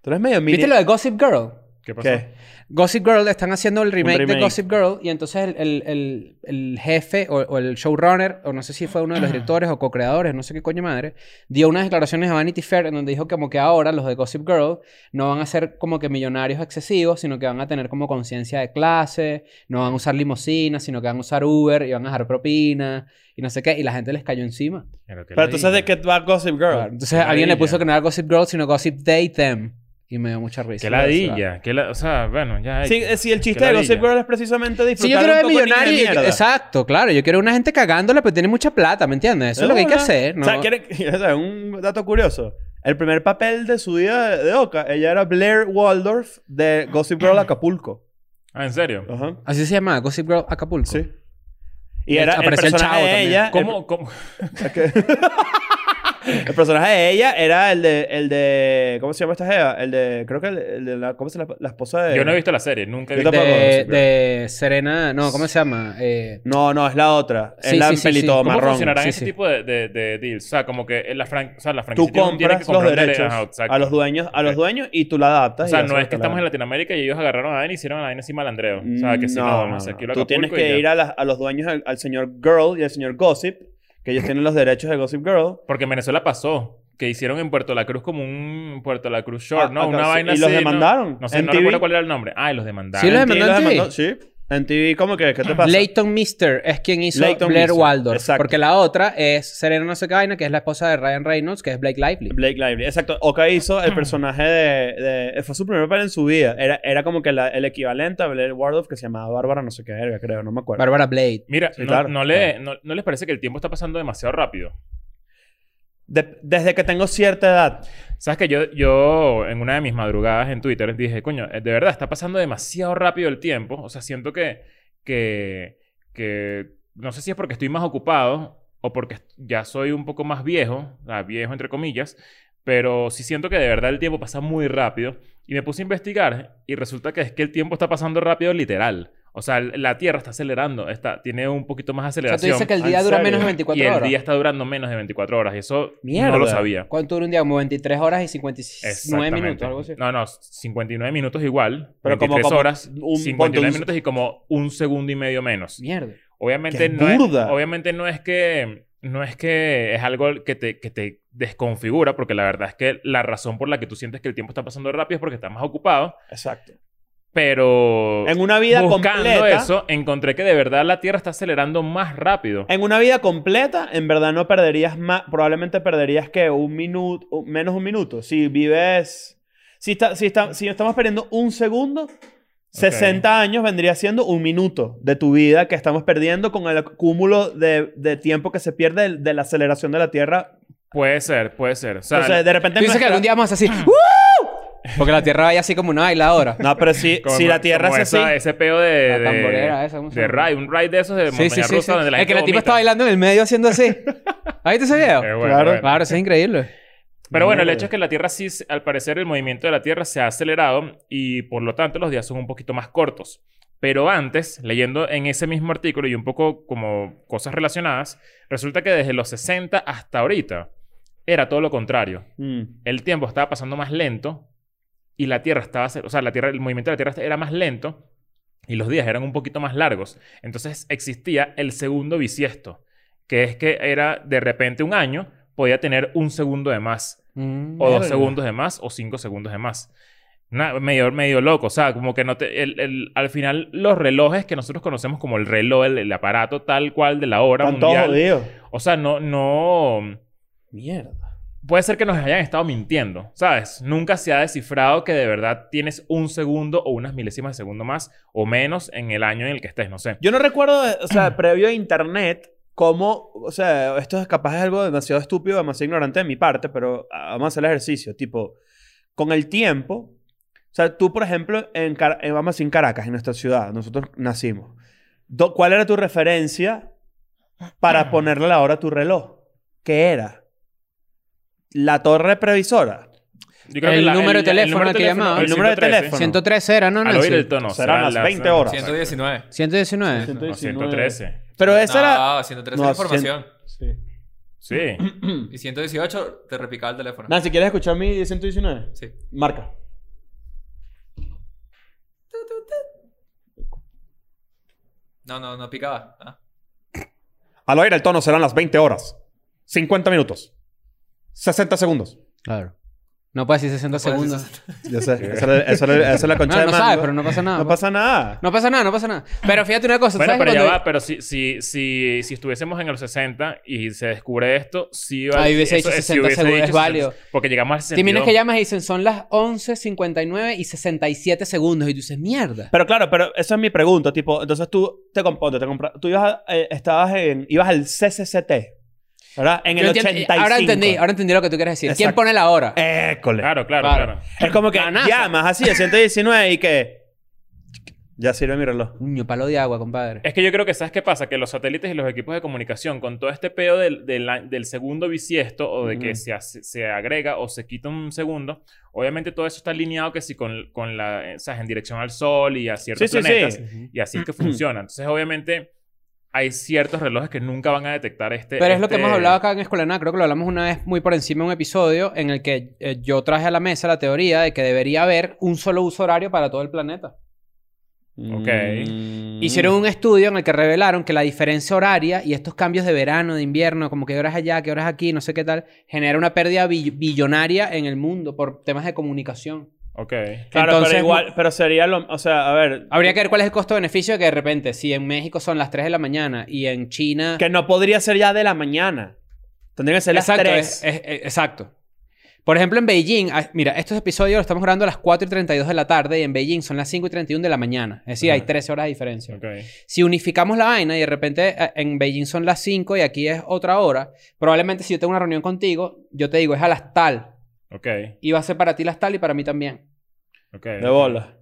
Tú eres medio mini. ¿Viste lo de Gossip Girl? ¿Qué pasó? ¿Qué? Gossip Girl están haciendo el remake, remake. de Gossip Girl y entonces el, el- el- el jefe o, o el showrunner, o no sé si fue uno de [clears throat] los directores o co-creadores, no sé qué coño madre, dio unas declaraciones a Vanity Fair en donde dijo que como que ahora los de Gossip Girl no van a ser como que millonarios excesivos, sino que van a tener como conciencia de clase, no van a usar limusina, sino que van a usar Uber y van a dejar propina y no sé qué, y la gente les cayó encima. Pero, que Pero la tú sabes de diga. qué va Gossip Girl. Entonces alguien le puso ladilla. que no era Gossip Girl, sino Gossip They Them. Y me dio mucha risa. Qué ladilla. qué la- o sea, bueno, ya. Sí, eh, sí, el chiste de ladilla. Gossip Girl es precisamente disfrutar Si yo quiero un ver poco niña de millonario. yo- mierda. exacto, claro. Yo quiero una gente cagándola, pero tiene mucha plata, ¿me entiendes? Eso es lo que hay que una. hacer, ¿no? [laughs] O sea, ¿quieren- ¿quieres saber un dato curioso? El primer papel de su vida de, de Oka, ella era Blair Waldorf de Gossip Girl Acapulco. Ah, ¿en serio? Ajá. Así se llama Gossip Girl Acapulco. Sí. Y era el Apareció el personaje chavo de también. ella. ¿Cómo, cómo? El, el personaje de ella era el de, el de. ¿Cómo se llama esta Jeva? El de. Creo que el, el de la. ¿Cómo se llama? La esposa de. Yo no he visto la serie, nunca he eh, Yo visto tampoco, De, Gossip Girl. de Serena... No, ¿cómo se llama? Eh, No, no, es la otra. Es Sí, la sí, en sí, pelito sí. ¿Cómo ¿Cómo marrón. funcionarán Sí, ese sí. tipo de, de- de deals? O sea, como que eh, la, fran o sea, la franquicia Tú tiene- tiene que compras los comprarle- derechos Ajá, exacto. a los dueños, a los dueños y tú la adaptas. O y sea, haces no lo es que la- estamos en Latinoamérica y ellos agarraron a Dani y hicieron a Dani encima al Andreo. O sea, que si no, no, sé, aquí lo Tú Acapulco tienes y que ya. ir a, las- a los dueños, al, al señor Girl y al señor Gossip, que ellos tienen los derechos de Gossip Girl. Porque en Venezuela pasó. Que hicieron en Puerto La Cruz como un Puerto La Cruz short, Ah, ¿no? acá Una sí. vaina ¿Y así. los ¿no? demandaron? No, sé, no MTV. recuerdo cuál era el nombre. Ah, y los demandaron. Sí, los- MTV demandó en Sí. En TV, como que, ¿qué te pasa? Leighton Mister es quien hizo Leighton Blair Mister, Waldorf. exacto. Porque la otra es Serena no sé qué vaina, que es la esposa de Ryan Reynolds, que es Blake Lively. Blake Lively. Exacto. Oka hizo el personaje de, de- Fue su primer papel en su vida. Era, era como que la- el equivalente a Blair Wardov que se llamaba Bárbara no sé qué verga, creo. No me acuerdo. Bárbara Blade. Mira, Sí, no, claro. no le, no, ¿no les parece que el tiempo está pasando demasiado rápido? De- desde que tengo cierta edad. ¿Sabes que yo, yo en una de mis madrugadas en Twitter dije, coño, eh, de verdad está pasando demasiado rápido el tiempo? O sea, siento que, que, que no sé si es porque estoy más ocupado o porque est- ya soy un poco más viejo, o sea, viejo entre comillas, pero sí siento que de verdad el tiempo pasa muy rápido. Y me puse a investigar y resulta que es que el tiempo está pasando rápido literal. O sea, el- la Tierra está acelerando, está, tiene un poquito más O sea, tú aceleración. dices que el ¿En día dura serio? menos de y 24 el horas. día está durando menos de 24 horas. Y eso no Mierda. lo sabía. ¿Cuánto dura un día? Como 23 horas y 59 Exactamente. minutos, algo así. No, no, 59 minutos igual, Pero como- 23 como horas, un- 59 ponte un- minutos y como un segundo y medio menos. Mierda. Obviamente ¡Qué no es, burda! obviamente no es que no es que es algo que te, que te desconfigura, porque la verdad es que la razón por la que tú sientes que el tiempo está pasando rápido es porque estás más ocupado, Exacto. pero En una vida buscando completa. eso encontré que de verdad la Tierra está acelerando más rápido. En una vida completa, en verdad no perderías más. Probablemente perderías que un minuto. o Menos un minuto. Si vives. Si, está, si, está, si estamos perdiendo un segundo. 60 años vendría siendo un minuto de tu vida que estamos perdiendo con el acúmulo de, de tiempo que se pierde de, de la aceleración de la Tierra. Puede ser, puede ser. O sea, Entonces, de repente... Tú dices que nuestra- algún día vamos [laughs] a hacer así. ¡Uh! Porque la Tierra vaya así como una bailadora. No, pero si, [laughs] como- si la Tierra como es así... esa- Ese peo de... La de- tamborera esa, ¿cómo se De llama? ride, un ride de esos de montaña rusa donde la el gente que la tipa vomita. está bailando en el medio haciendo así. ¿Has visto ese video? Eh, bueno, Claro. bueno. Claro, eso es increíble. Pero bueno, el Mierda. hecho es que la Tierra sí, se- al parecer el movimiento de la Tierra se ha acelerado y por lo tanto los días son un poquito más cortos. Pero antes, leyendo en ese mismo artículo y un poco como cosas relacionadas, resulta que desde los 60 hasta ahorita era todo lo contrario. Mm. El tiempo estaba pasando más lento y la Tierra estaba, ace- o sea, la Tierra, el movimiento de la Tierra era más lento y los días eran un poquito más largos. Entonces existía el segundo bisiesto, que es que era de repente un año podía tener un segundo de más. Mm. O dos Verga. segundos de más, o cinco segundos de más. Na- medio, medio loco, o sea, como que no te... el- el- al final, los relojes que nosotros conocemos como el reloj, el, el aparato tal cual de la hora Están todos mundial... jodidos. O sea, no, no... Mierda. puede ser que nos hayan estado mintiendo, ¿sabes? Nunca se ha descifrado que de verdad tienes un segundo o unas milésimas de segundo más o menos en el año en el que estés, no sé. Yo no recuerdo, o [clears throat] sea, previo a internet, cómo, o sea, esto es capaz es algo demasiado estúpido, demasiado ignorante de mi parte, pero ah, vamos a hacer el ejercicio, tipo, con el tiempo, o sea, tú, por ejemplo, en, Car- en- vamos a decir en Caracas, en nuestra ciudad, nosotros nacimos, Do- ¿cuál era tu referencia para ponerle la hora a tu reloj? ¿Qué era? ¿La torre previsora? Yo creo El que la- número de el teléfono número de que llamaba. el El número de 113. teléfono. 113 era, ¿no? Al Nancy? oír el tono. Serán las 20 horas. 119. 119. No, 113. Pero esa era... No, 113 No, es información. Sí. [clears throat] Sí. Y 118 te repicaba el teléfono. Nancy, ¿quieres escuchar mi 119? Sí. Marca. No, no, no picaba. Ah. Al oír el tono serán las 20 horas, 50 minutos, 60 segundos. Claro. No puede decir 60 puedes decir segundos. Ya sé, esa era- esa era- esa [laughs] es la No, concha de no mango. sabes, pero no pasa nada. No pasa nada. No pasa nada, no pasa nada. Pero fíjate una cosa, Bueno, ¿sabes? pero ya cuando- va, pues, pero si, si, si, si estuviésemos en los 60 y se descubre esto, sí va Ahí hubiese eso- dicho sí 60 hubiese segundos, dicho es válido. 60, Porque llegamos a 60. Te miras que llamas y dicen, son las 11.59 y 67 segundos. Y tú dices, mierda. Pero claro, pero esa es mi pregunta, tipo, entonces tú te componte, te compra, tú ibas a- eh, estabas en ibas al CCCT, ¿verdad? En el Yo 85. entiendo- Ahora entendí, ahora entendí lo que tú quieres decir. ¿Quién Exacto. pone la hora? Eh, École. Claro, claro, Claro. claro. Es como que La NASA. llamas así de 119 y que ya sirve mi reloj. Uño, palo de agua, compadre. Es que yo creo que, ¿sabes qué pasa? Que los satélites y los equipos de comunicación, con todo este pedo del, del, a- del segundo bisiesto o de que Ujú. se, hace- se agrega o se quita un segundo, obviamente todo eso está alineado que si con, con la, eh, ¿sabes? en dirección al sol y a Sí, ciertos sí, planetas. sí. Y así es que funciona. Entonces, obviamente, hay ciertos relojes que nunca van a detectar este. Pero es lo que este- hemos hablado acá en Escuela de Nada. Creo que lo hablamos una vez muy por encima en un episodio en el que eh, yo traje a la mesa la teoría de que debería haber un solo uso horario para todo el planeta. Ok. Mm. Hicieron un estudio en el que revelaron que la diferencia horaria y estos cambios de verano, de invierno, como que horas allá, qué horas aquí, no sé qué tal, genera una pérdida bill- billonaria en el mundo por temas de comunicación. Ok. Claro, Entonces, pero igual, pero sería lo, o sea, a ver, Habría que ver cuál es el costo-beneficio de que de repente, si en México son las 3 de la mañana y en China... Que no podría ser ya de la mañana. Tendría que ser las exacto, 3. es- es- es- exacto. Por ejemplo, en Beijing, ah, mira, estos episodios los estamos grabando a las 4 y 32 de la tarde y en Beijing son las 5 y 31 de la mañana. Es decir, Ajá. hay 13 horas de diferencia. Ok. Si unificamos la vaina y de repente eh, en Beijing son las 5 y aquí es otra hora, probablemente si yo tengo una reunión contigo, yo te digo, es a las tal. Ok. Y va a ser para ti las tal y para mí también. Ok. De eh, bola.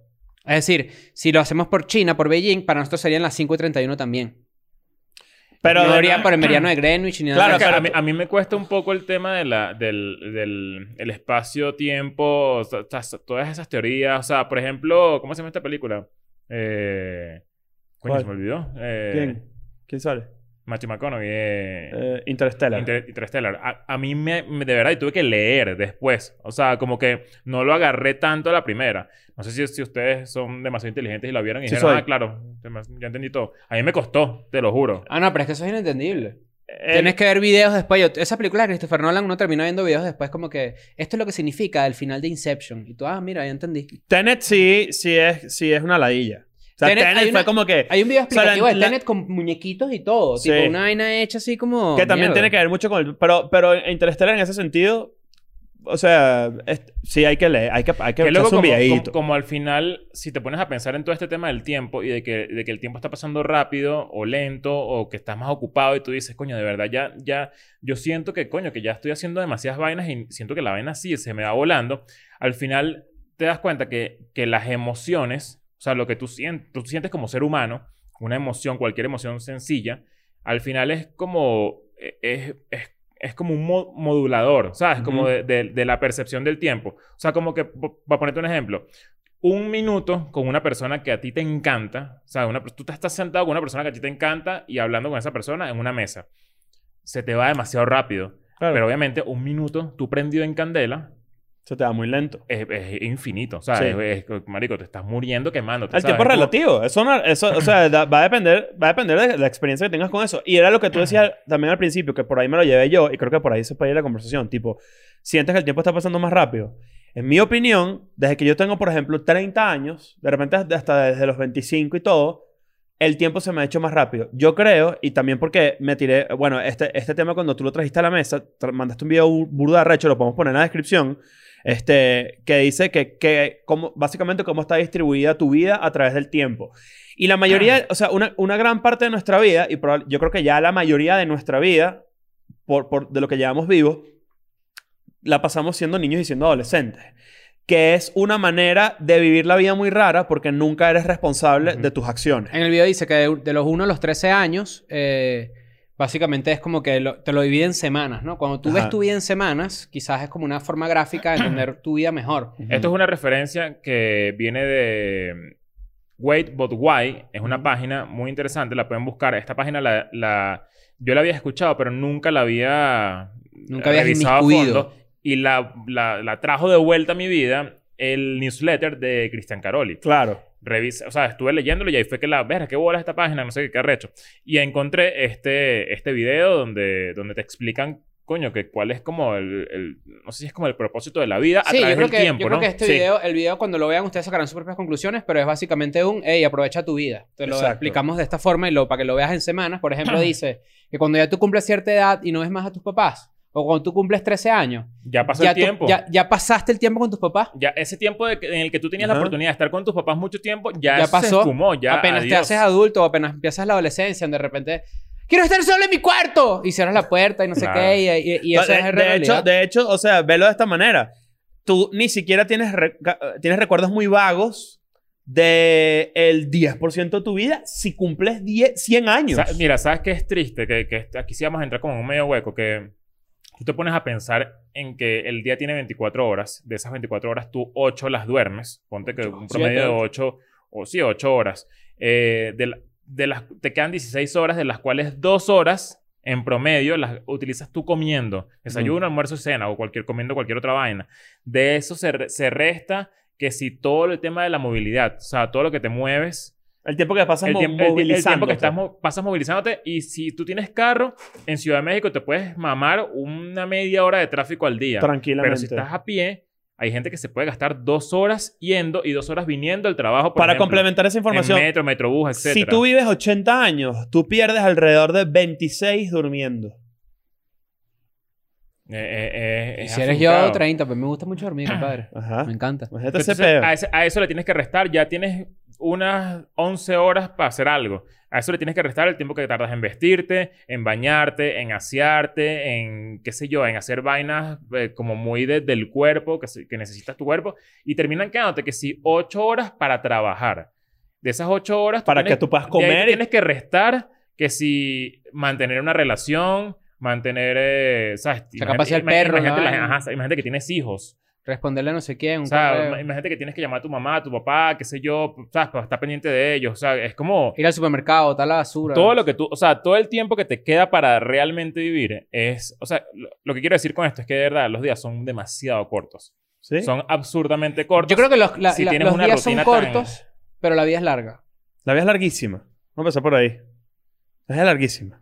Es decir, si lo hacemos por China, por Beijing, para nosotros serían las 5 y 31 también. Pero no de- habría por [clears throat] el meridiano de Greenwich ni nada. Claro, de eso. Claro, pero- a, mí, a mí me cuesta un poco el tema de la, del, del el espacio-tiempo, o sea, o sea, todas esas teorías. O sea, por ejemplo, ¿cómo se llama esta película? Eh, coño, ¿Cuál? se me olvidó. Eh, ¿Quién? ¿Quién sale? Matthew McConaughey. eh, Eh, Interstellar. Inter- Interstellar. A, a mí me, me- de verdad, y tuve que leer después. O sea, como que no lo agarré tanto a la primera. No sé si, si ustedes son demasiado inteligentes y la vieron y Sí dijeron, soy. ah, claro, demas- ya entendí todo. A mí me costó, te lo juro. Ah, no, pero es que eso es inentendible. Eh, Tienes que ver videos después. Yo- esa película de Christopher Nolan, uno termina viendo videos después como que esto es lo que significa el final de Inception. Y tú, ah, mira, ya entendí. Tenet sí, sí es, sí es una ladilla. O sea, Tenet, Tenet, hay fue una- como que... Hay un video O sea, la- explicativo de la- Tenet con muñequitos y todo. Sí. Tipo, una vaina hecha así como... Que también mierda. tiene que ver mucho con el... Pero, pero Interstellar en ese sentido... O sea, es- sí hay que leer. Hay que, hay que Que luego, echarse un como, como, videíto. como al final, si te pones a pensar en todo este tema del tiempo y de que, de que el tiempo está pasando rápido o lento o que estás más ocupado y tú dices, coño, de verdad, ya, ya, yo siento que, coño, que ya estoy haciendo demasiadas vainas y siento que la vaina sí se me va volando. Al final te das cuenta que, que las emociones, o sea, lo que tú, sien- tú sientes como ser humano, una emoción, cualquier emoción sencilla, al final es como, eh, es, es, es como un mo- modulador, ¿sabes? Como Ujú. de, de- de la percepción del tiempo. O sea, como que, po- para ponerte un ejemplo, un minuto con una persona que a ti te encanta, o sea, una, per- tú te estás sentado con una persona que a ti te encanta y hablando con esa persona en una mesa, se te va demasiado rápido. Claro, Pero obviamente un minuto, tú prendido en candela, se te da muy lento. es, es infinito. O sea, Sí. es- es- marico, te estás muriendo quemándote. El ¿sabes? tiempo es Como- relativo. Eso, no- eso, o sea, da- va a depender, va a depender de la experiencia que tengas con eso. Y era lo que tú decías también al principio, que por ahí me lo llevé yo, y creo que por ahí se puede ir la conversación. Tipo, sientes que el tiempo está pasando más rápido. En mi opinión, desde que yo tengo, por ejemplo, 30 años, de repente hasta desde los 25 y todo, el tiempo se me ha hecho más rápido. Yo creo, y también porque me tiré, bueno, este, este tema cuando tú lo trajiste a la mesa, tra- mandaste un video bu- burda recho, lo podemos poner en la descripción, este, que dice que, que cómo- básicamente cómo está distribuida tu vida a través del tiempo. Y la mayoría, o sea, una, una gran parte de nuestra vida, y probable- yo creo que ya la mayoría de nuestra vida, por, por- de lo que llevamos vivos, la pasamos siendo niños y siendo adolescentes. Que es una manera de vivir la vida muy rara porque nunca eres responsable Ujú. de tus acciones. En el video dice que de, de los 1 a los 13 años, eh, básicamente es como que lo- te lo divide en semanas, ¿no? Cuando tú Ajá. ves tu vida en semanas, quizás es como una forma gráfica de entender tu vida mejor. Esto es una referencia que viene de mm, Wait But Why. Es una página muy interesante. La pueden buscar. Esta página la, la- yo la había escuchado, pero nunca la había Nunca habías revisado a inmiscuido. fondo. Y la, la- la trajo de vuelta a mi vida el newsletter de Cristian Caroli. Claro. Revisa, o sea, estuve leyéndolo y ahí fue que la, verga, qué bola es esta página, no sé qué, qué arrecho. Y encontré este, este video donde, donde te explican, coño, que cuál es como el, el- no sé si es como el propósito de la vida a Sí, yo través creo, del que, tiempo, yo creo ¿no? que este Sí. video, el video cuando lo vean ustedes sacarán sus propias conclusiones, pero es básicamente un, hey, aprovecha tu vida. Te lo Exacto. explicamos de esta forma y lo, para que lo veas en semanas. Por [clears throat] ejemplo, dice que cuando ya tú cumples cierta edad y no ves más a tus papás, o cuando tú cumples 13 años, Ya pasó ya, el tú- tiempo. ya, ya pasaste el tiempo con tus papás. Ya ese tiempo de que- en el que tú tenías la Ajá. oportunidad de estar con tus papás mucho tiempo, ya, Ya eso se pasó. esfumó. Ya, apenas te adiós. haces adulto, apenas empiezas la adolescencia, de repente, quiero estar solo en mi cuarto. Y cierras la puerta y no sé Claro. qué. Y, y- y eso de, es en de hecho, realidad. de hecho, o sea, velo de esta manera. Tú ni siquiera tienes, reca- tienes recuerdos muy vagos de el 10% de tu vida si cumples 10, 100 años. Sa- mira, ¿sabes qué es triste? Que, que est- aquí sí vamos a entrar como en un medio hueco, que tú te pones a pensar en que el día tiene 24 horas, de esas 24 horas tú 8 las duermes, ponte que un promedio de 8, o sí, 8 horas, Eh, de, la- de las, te quedan 16 horas, de las cuales 2 horas en promedio las utilizas tú comiendo, desayuno, almuerzo, cena, o cualquier, comiendo cualquier otra vaina. De eso se, re- se resta que si todo el tema de la movilidad, o sea, todo lo que te mueves, el tiempo que pasas el mo- tiempo, el ti- el tiempo movilizándote. que estás mo- pasas movilizándote y si tú tienes carro, en Ciudad de México te puedes mamar una media hora de tráfico al día. Pero tranquilamente. si estás a pie, hay gente que se puede gastar dos horas yendo y dos horas viniendo al trabajo. por Para ejemplo, complementar esa información, En metro, metrobús, etc. si tú vives 80 años, tú pierdes alrededor de 26 durmiendo. Eh, Y si eres yo, 30, pues me gusta mucho dormir, [clears throat] compadre. Ajá. Me encanta. Imagínate ese Entonces, peo. a, ese- a eso le tienes que restar. Ya tienes unas 11 horas para hacer algo. A eso le tienes que restar el tiempo que tardas en vestirte, en bañarte, en asearte, en qué sé yo, en hacer vainas eh, como muy de- del cuerpo, que, se- que necesitas tu cuerpo. Y terminan quedándote que si 8 horas para trabajar. De esas 8 horas... Para que tú puedas de ahí comer y- Tienes que restar que si mantener una relación, mantener... eh, ¿sabes? Sacar a pasear Imagínate- perro, Imagínate, la la- vaina. ajá, imagínate que tienes hijos. Responderle a no sé quién. un O sea, correo. ima- imagínate que tienes que llamar a tu mamá, a tu papá, qué sé yo, ¿sabes? Para estar pendiente de ellos. O sea, es como Ir al supermercado, tal la basura. todo lo que tú, o sea, todo el tiempo que te queda para realmente vivir es, o sea, lo, lo que quiero decir con esto es que de verdad los días son demasiado cortos. ¿Sí? Son absurdamente cortos. Yo creo que los, la- Si la- tienes los una días son rutina tan- cortos, pero la vida es larga. La vida es larguísima. Vamos a empezar por ahí. La vida es larguísima.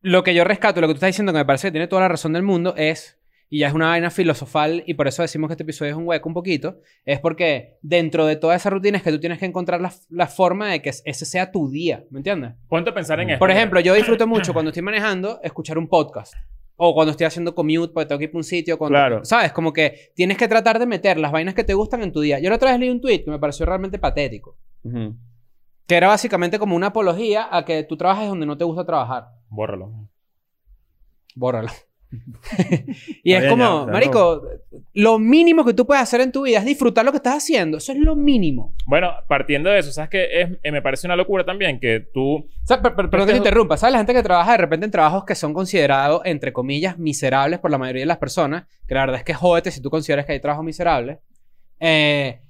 Lo que yo rescato, lo que tú estás diciendo, que me parece que tiene toda la razón del mundo, es, y ya es una vaina filosofal, y por eso decimos que este episodio es un hueco un poquito, es porque dentro de toda esa rutina es que tú tienes que encontrar la, la forma de que ese sea tu día, ¿me entiendes? Ponte a pensar en esto. Por ejemplo, yo disfruto mucho cuando estoy manejando escuchar un podcast. O cuando estoy haciendo commute porque tengo que ir para un sitio. Cuando, Claro. ¿Sabes? Como que tienes que tratar de meter las vainas que te gustan en tu día. Yo la otra vez leí un tweet que me pareció realmente patético. Ujú. Que era básicamente como una apología a que tú trabajes donde no te gusta trabajar. Bórralo. Bórralo. [laughs] y Está es bien, ya, como, claro. marico, lo mínimo que tú puedes hacer en tu vida es disfrutar lo que estás haciendo. Eso es lo mínimo. Bueno, partiendo de eso, ¿sabes qué? Es- eh, me parece una locura también que tú... O sea, per- per- perdón que te Este es- interrumpa. ¿Sabes? La gente que trabaja de repente en trabajos que son considerados, entre comillas, miserables por la mayoría de las personas, que la verdad es que jódete si tú consideras que hay trabajos miserables. Eh,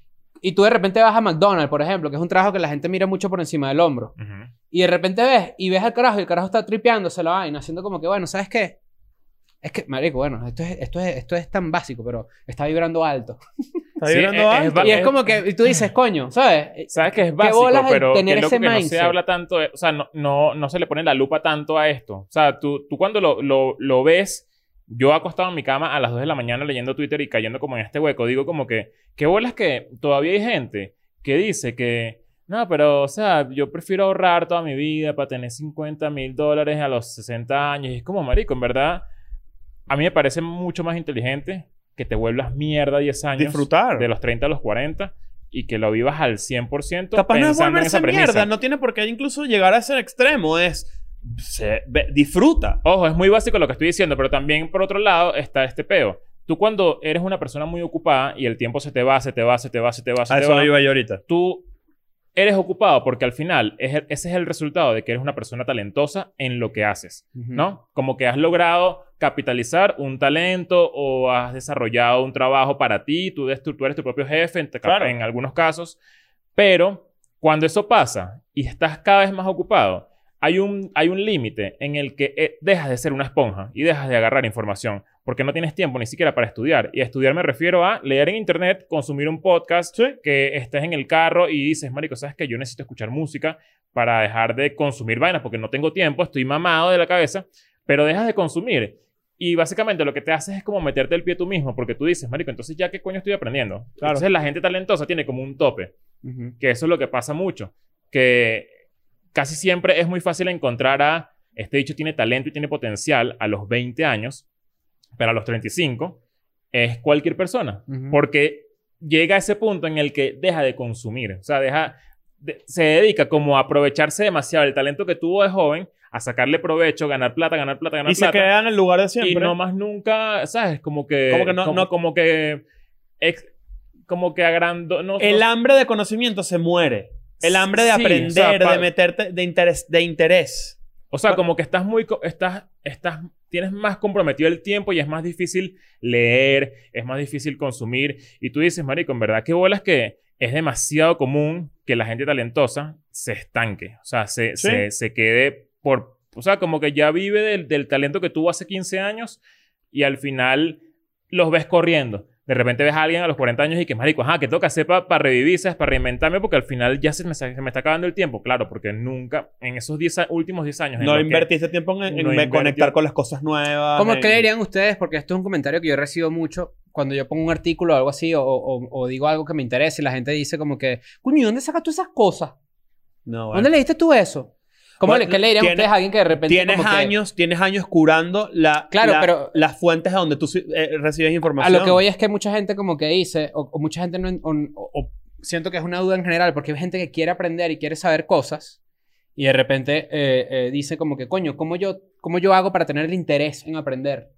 y tú de repente vas a McDonald's, por ejemplo, que es un trabajo que la gente mira mucho por encima del hombro. Ujú. Y de repente ves y ves al carajo y el carajo está tripeándose la vaina, haciendo como que, bueno, ¿sabes qué? Es que, marico, bueno, esto es, esto es, esto es tan básico, pero está vibrando alto. Está Sí, vibrando es- es alto. va- Y es como que y tú dices, coño, ¿sabes? Sabes que es básico, bolas el pero qué tener loco ese que no se mindset. habla tanto, de- o sea, no, no, no se le pone la lupa tanto a esto. O sea, tú, tú cuando lo, lo, lo ves, yo acostado en mi cama a las 2 de la mañana leyendo Twitter y cayendo como en este hueco, digo como que, qué bolas que todavía hay gente que dice que No, pero, o sea, yo prefiero ahorrar toda mi vida para tener 50 mil dólares a los 60 años. Y es como, marico, en verdad, a mí me parece mucho más inteligente que te vuelvas mierda 10 años. Disfrutar. De los 30 a los 40 y que lo vivas al 100% Capaz no es pensando en volverse esa premisa. mierda, no tiene por qué incluso llegar a ese extremo, es se- ve- disfruta. Ojo, es muy básico lo que estoy diciendo, pero también por otro lado está este peo. Tú cuando eres una persona muy ocupada y el tiempo se te va, se te va, se te va, se te va, se A te eso va, iba yo ahorita. tú eres ocupado porque al final es el- ese es el resultado de que eres una persona talentosa en lo que haces, Mm. ¿no? Como que has logrado capitalizar un talento o has desarrollado un trabajo para ti, tú, eres tu- tú eres tu propio jefe en, Claro. en algunos casos, pero cuando eso pasa y estás cada vez más ocupado, hay un, hay un límite en el que eh, dejas de ser una esponja y dejas de agarrar información, porque no tienes tiempo ni siquiera para estudiar. Y a estudiar me refiero a leer en internet, consumir un podcast, que estés en el carro y dices, Marico, sabes que yo necesito escuchar música para dejar de consumir vainas, porque no tengo tiempo, estoy mamado de la cabeza, pero dejas de consumir. Y básicamente lo que te haces es como meterte el pie tú mismo, porque tú dices, Marico, entonces ya qué coño estoy aprendiendo. Claro. Entonces la gente talentosa tiene como un tope que eso es lo que pasa mucho, que casi siempre es muy fácil encontrar a, este dicho tiene talento y tiene potencial a los 20 años, pero a los 35 es cualquier persona, Ujú. porque llega a ese punto en el que deja de consumir, o sea, deja, de- se dedica como a aprovecharse demasiado el talento que tuvo de joven, a sacarle provecho, ganar plata, ganar plata, ganar Y se plata. queda en el lugar de siempre. Y no más nunca, ¿sabes? Como que... Como que no- Como, no- como que... ex- como que agrando... No, el no- hambre de conocimiento se muere. El hambre de Sí, o aprender, sea, pa- de meterte, de interés, de interés. O sea, como que estás muy... co- Estás, estás, tienes más comprometido el tiempo y es más difícil leer, es más difícil consumir. Y tú dices, marico, en verdad, qué bolas que es demasiado común que la gente talentosa se estanque. O sea, se, Sí. se, se quede por... O sea, como que ya vive del, del talento que tuvo hace 15 años y al final los ves corriendo. De repente ves a alguien a los 40 años y que, marico, ajá, que tengo que hacer para revivir, ¿sabes? Para reinventarme porque al final ya se me, sa- se me está acabando el tiempo. Claro, porque nunca, en esos 10 a- últimos 10 años... en No los que- invertiste tiempo en, en no me- invertí- conectar con las cosas nuevas. ¿Cómo en- creerían ustedes? Porque esto es un comentario que yo recibo mucho cuando yo pongo un artículo o algo así, o, o- o digo algo que me interesa y la gente dice como que, coño, ¿y ¿dónde sacas tú esas cosas? No, bueno. ¿Dónde leíste tú eso? ¿Cómo Bueno, le, ¿Qué le dirían tiene- ustedes a alguien que de repente... Tienes como que- años, tienes años curando la, Claro, la- pero- las fuentes de donde tú si- eh, recibes A información. lo que voy es que mucha gente como que dice, o, o mucha gente no... en- o- o siento que es una duda en general, porque hay gente que quiere aprender y quiere saber cosas, y de repente eh, eh, dice como que, coño, ¿cómo yo, ¿cómo yo hago para tener el interés en aprender?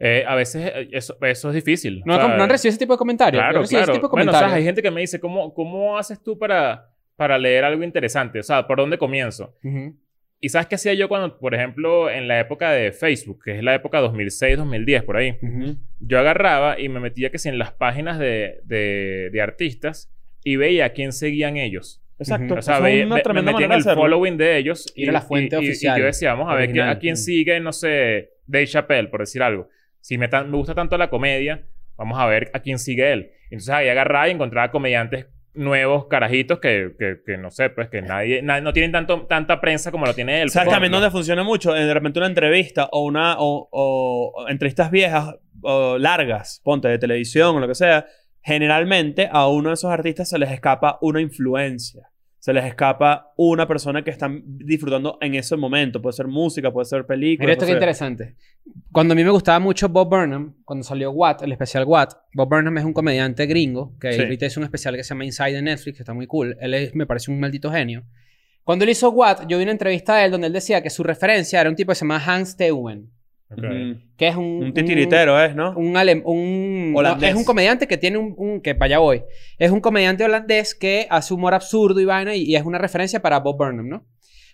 Eh, a veces eh, eso, eso es difícil. ¿No, O sea, no han recibido ese tipo de comentarios? Yo Claro, recibí ese claro. tipo de bueno, o sea, comentarios. hay gente que me dice, ¿cómo, cómo haces tú para, para leer algo interesante? O sea, ¿por dónde comienzo? Ujú. ¿Y sabes qué hacía yo cuando, por ejemplo, en la época de Facebook, que es la época 2006, 2010, por ahí? Ujú. Yo agarraba y me metía que si en las páginas de, de, de artistas y veía quién seguían ellos. Exacto. Ujú. O sea, Eso es veía- una me- me tremenda metía en manera de el hacerlo. following de ellos. Ir a la fuente oficial, Y, yo decía, vamos a ver original. qué- a quién Mm. sigue, no sé, Dave Chappelle, por decir algo. Si me, tan- me gusta tanto la comedia, vamos a ver a quién sigue él. Entonces ahí agarraba y encontraba comediantes nuevos, carajitos, que, que, que no sé, pues que nadie, nadie- no tienen tanto, tanta prensa como lo tiene él. pues, ¿Sabes por también ejemplo. dónde funciona mucho? Eh, De repente una entrevista o una o, o- o entrevistas viejas o largas, ponte de televisión o lo que sea, generalmente a uno de esos artistas se les escapa una influencia. Se les escapa una persona que están disfrutando en ese momento. Puede ser música, puede ser película. Mira esto que puede ser- interesante. Cuando a mí me gustaba mucho Bob Burnham, cuando salió What, el especial What, Bob Burnham es un comediante gringo que Sí. ahorita hizo un especial que se llama Inside de Netflix, que está muy cool. Él es- me parece un maldito genio. Cuando él hizo What, yo vi una entrevista de él donde él decía que su referencia era un tipo que se llama Hans Teuwen, Ok. Ujú. que es un... Un titiritero es, ¿no? Mm. Un, alem- un- no, Holandés. es un comediante que tiene un, un- que para allá voy. Es un comediante holandés que hace humor absurdo y vaina y, y es una referencia para Bob Burnham, ¿no?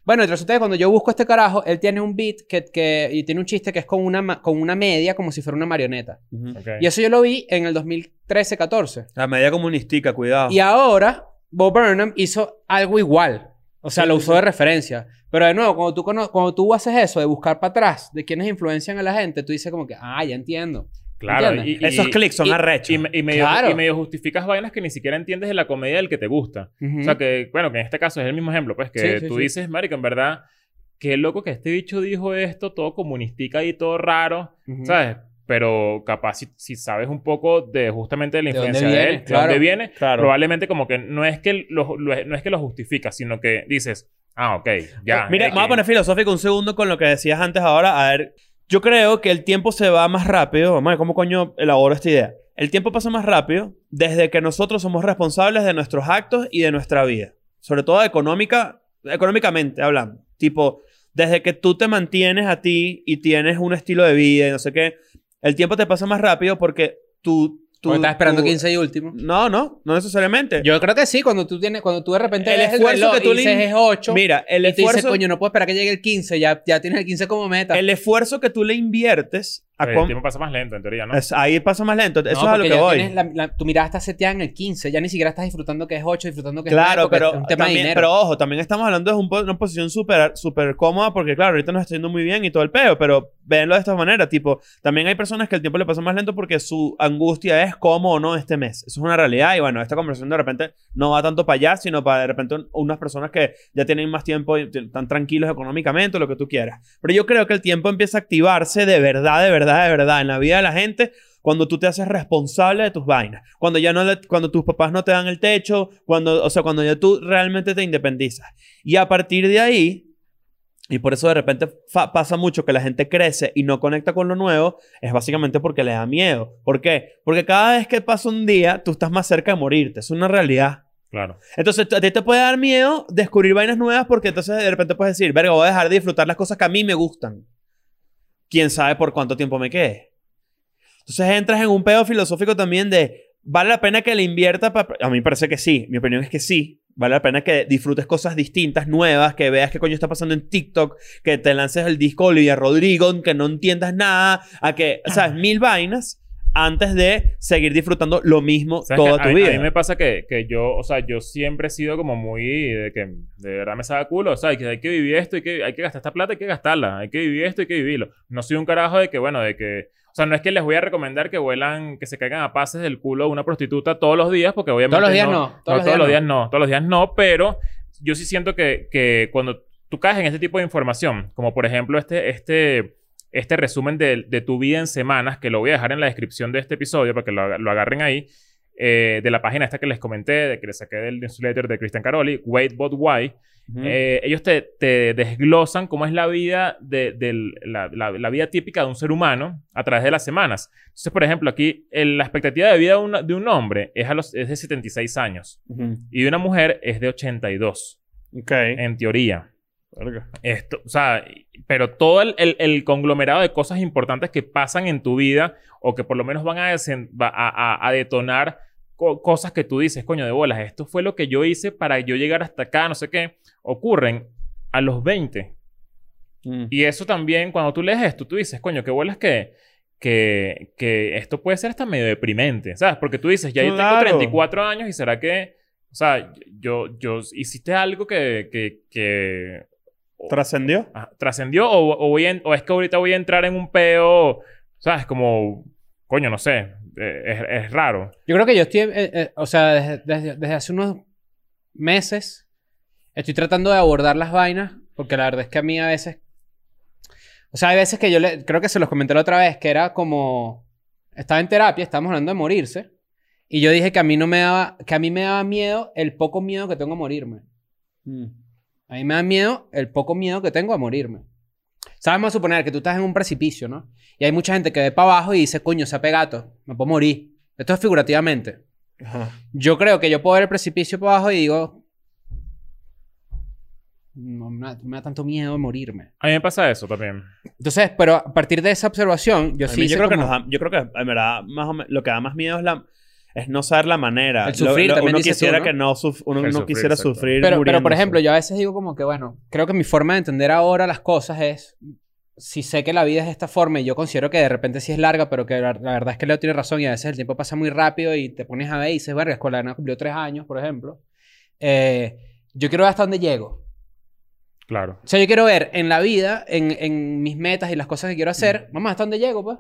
Bueno, y resulta que cuando yo busco a este carajo, él tiene un beat que, que- y tiene un chiste que es con una, ma- con una media como si fuera una marioneta. Ujú. Ok. Y eso yo lo vi en el 2013-14. La media comunistica, Ah. cuidado. Y ahora Bob Burnham hizo algo igual. O sea, lo usó de referencia. Pero de nuevo, cuando tú, cono- cuando tú haces eso de buscar para atrás de quienes influencian a la gente, tú dices como que, ah, ya entiendo. Claro. ¿Entiendes? Esos clics son y- arrechos. Y, me- y medio, Claro. y medio justificas vainas que ni siquiera entiendes de la comedia del que te gusta. O sea, Ujú. que, bueno, que en este caso es el mismo ejemplo, pues, que Sí, sí, tú sí. dices, marico, en verdad, qué loco que este bicho dijo esto, todo comunistica y todo raro, Ujú. ¿sabes? Pero capaz si, si sabes un poco de justamente de la ¿De dónde influencia de, viene? él, de dónde Claro. viene, Claro. probablemente como que no es que lo, lo- no es que lo justifica, sino que dices, ah, ok, ya. Eh, Mira, X. me voy a poner filosófico un segundo con lo que decías antes ahora. A ver, yo creo que el tiempo se va más rápido. Vamos a ver cómo coño elaboro esta idea. El tiempo pasa más rápido desde que nosotros somos responsables de nuestros actos y de nuestra vida. Sobre todo económica, económicamente hablando. Tipo, desde que tú te mantienes a ti y tienes un estilo de vida y no sé qué, el tiempo te pasa más rápido porque tú... tú Porque estás esperando tú- 15 y último. No, no, no necesariamente. Yo creo que sí, cuando tú tienes, cuando tú de repente El ves esfuerzo reloj que tú y dices le- es 8. Mira, el y tú esfuerzo... dices, coño, no puedo esperar que llegue el 15, ya, ya tienes el 15 como meta. el esfuerzo que tú le inviertes a El cuán- tiempo pasa más lento, en teoría, ¿no? Es- ahí pasa más lento. Eso No, es a lo porque que ya voy. tienes la- la- tu mirada está seteada en el 15, ya ni siquiera estás disfrutando que es 8, disfrutando que es 9, Claro, porque pero, es un tema de también- dinero. pero ojo, también estamos hablando de un po- una posición súper súper cómoda porque, claro, ahorita nos está yendo muy bien y todo el peo, pero véanlo de esta manera. Tipo, también hay personas que el tiempo le pasa más lento porque su angustia es cómo o no este mes. Eso es una realidad y, bueno, esta conversación de repente no va tanto para allá, sino para de repente un- unas personas que ya tienen más tiempo y t- están tranquilos económicamente, lo que tú quieras. Pero yo creo que el tiempo empieza a activarse de verdad, de verdad, de verdad en la vida de la gente cuando tú te haces responsable de tus vainas, cuando ya no le- cuando tus papás no te dan el techo, cuando, o sea, cuando ya tú realmente te independizas. Y a partir de ahí, y por eso de repente fa- pasa mucho que la gente crece y no conecta con lo nuevo, es básicamente porque le da miedo. ¿Por qué? Porque cada vez que pasa un día, tú estás más cerca de morirte, es una realidad. Claro. Entonces, a ti te puede dar miedo descubrir vainas nuevas porque entonces de repente puedes decir, verga, voy a dejar de disfrutar las cosas que a mí me gustan. Quién sabe por cuánto tiempo me quede. Entonces entras en un pedo filosófico también de, ¿vale la pena que le invierta? pa- A mí me parece que sí. Mi opinión es que sí. Vale la pena que disfrutes cosas distintas, nuevas, que veas qué coño está pasando en TikTok, que te lances el disco Olivia Rodrigo, que no entiendas nada, a que, sabes, mil vainas antes de seguir disfrutando lo mismo ¿Sabes toda qué? tu a, vida. A mí me pasa que, que yo, o sea, yo siempre he sido como muy de que de verdad me sabe culo, o sea, hay que, hay que vivir esto, hay que, hay que gastar esta plata, hay que gastarla, hay que vivir esto, hay que vivirlo. No soy un carajo de que, bueno, de que, o sea, no es que les voy a recomendar que vuelan, que se caigan a pases del culo a una prostituta todos los días, porque obviamente todos los días no. no, todos los días no, todos los días no, pero yo sí siento que, que cuando tú caes en este tipo de información, como por ejemplo este, este, este resumen de, de tu vida en semanas, que lo voy a dejar en la descripción de este episodio para que lo, aga- lo agarren ahí, eh, de la página esta que les comenté, de que les saqué del newsletter de Christian Caroli, Wait But Why, eh, ellos te, te desglosan cómo es la vida, de, del- la, la- la vida típica de un ser humano a través de las semanas. Entonces, por ejemplo, aquí el- la expectativa de vida de, una- de un hombre es, a los, es de 76 años Ujú. y de una mujer es de 82, Ok. en teoría. Verga. Esto, o sea, pero todo el, el- el conglomerado de cosas importantes que pasan en tu vida o que por lo menos van a, desen- va a- a- a detonar co- cosas que tú dices, coño, de bolas, esto fue lo que yo hice para yo llegar hasta acá, no sé qué, ocurren a los 20. Mm. Y eso también, cuando tú lees esto, tú dices, coño, qué bolas que, que, que esto puede ser hasta medio deprimente, ¿sabes? Porque tú dices, ya yo Claro. tengo 34 años y será que, o sea, yo, yo hiciste algo que, que, que ¿Trascendió? ah, trascendió o, o voy a en- o es que ahorita voy a entrar en un peo, ¿sabes? Como, coño, no sé, eh, es, es raro. Yo creo que yo estoy, eh, eh, o sea, desde, desde- desde hace unos meses estoy tratando de abordar las vainas, porque la verdad es que a mí a veces, o sea, hay veces que yo le, creo que se los comenté la otra vez, que era como, estaba en terapia, estábamos hablando de morirse, y yo dije que a mí no me daba, que a mí me daba miedo el poco miedo que tengo a morirme. Mm. A mí me da miedo el poco miedo que tengo a morirme. Sabemos suponer que tú estás en un precipicio, ¿no? Y hay mucha gente que ve para abajo y dice, coño, se gato, me puedo morir. Esto es figurativamente. Ajá. Yo creo que yo puedo ver el precipicio para abajo y digo. No me da, me da tanto miedo morirme. A mí me pasa eso también. Entonces, pero a partir de esa observación, yo A sí. mí yo hice creo que como- nos da- yo creo que en verdad más o men- lo que da más miedo es la es no saber la manera. El sufrir Lo- lo- también uno dices tú, quisiera ¿no? que no suf- uno El no sufrir, quisiera exacto. sufrir Pero, pero, por muriéndose. ejemplo, yo a veces digo como que, bueno, creo que mi forma de entender ahora las cosas es, si sé que la vida es de esta forma y yo considero que de repente sí es larga, pero que la, la verdad es que Leo tiene razón y a veces el tiempo pasa muy rápido y te pones a ver y dices, verga, escuela cumplió tres años, por ejemplo. Eh, yo quiero ver hasta dónde llego. Claro. O sea, yo quiero ver en la vida, en, en mis metas y las cosas que quiero hacer, mamá, ¿hasta dónde llego, pues?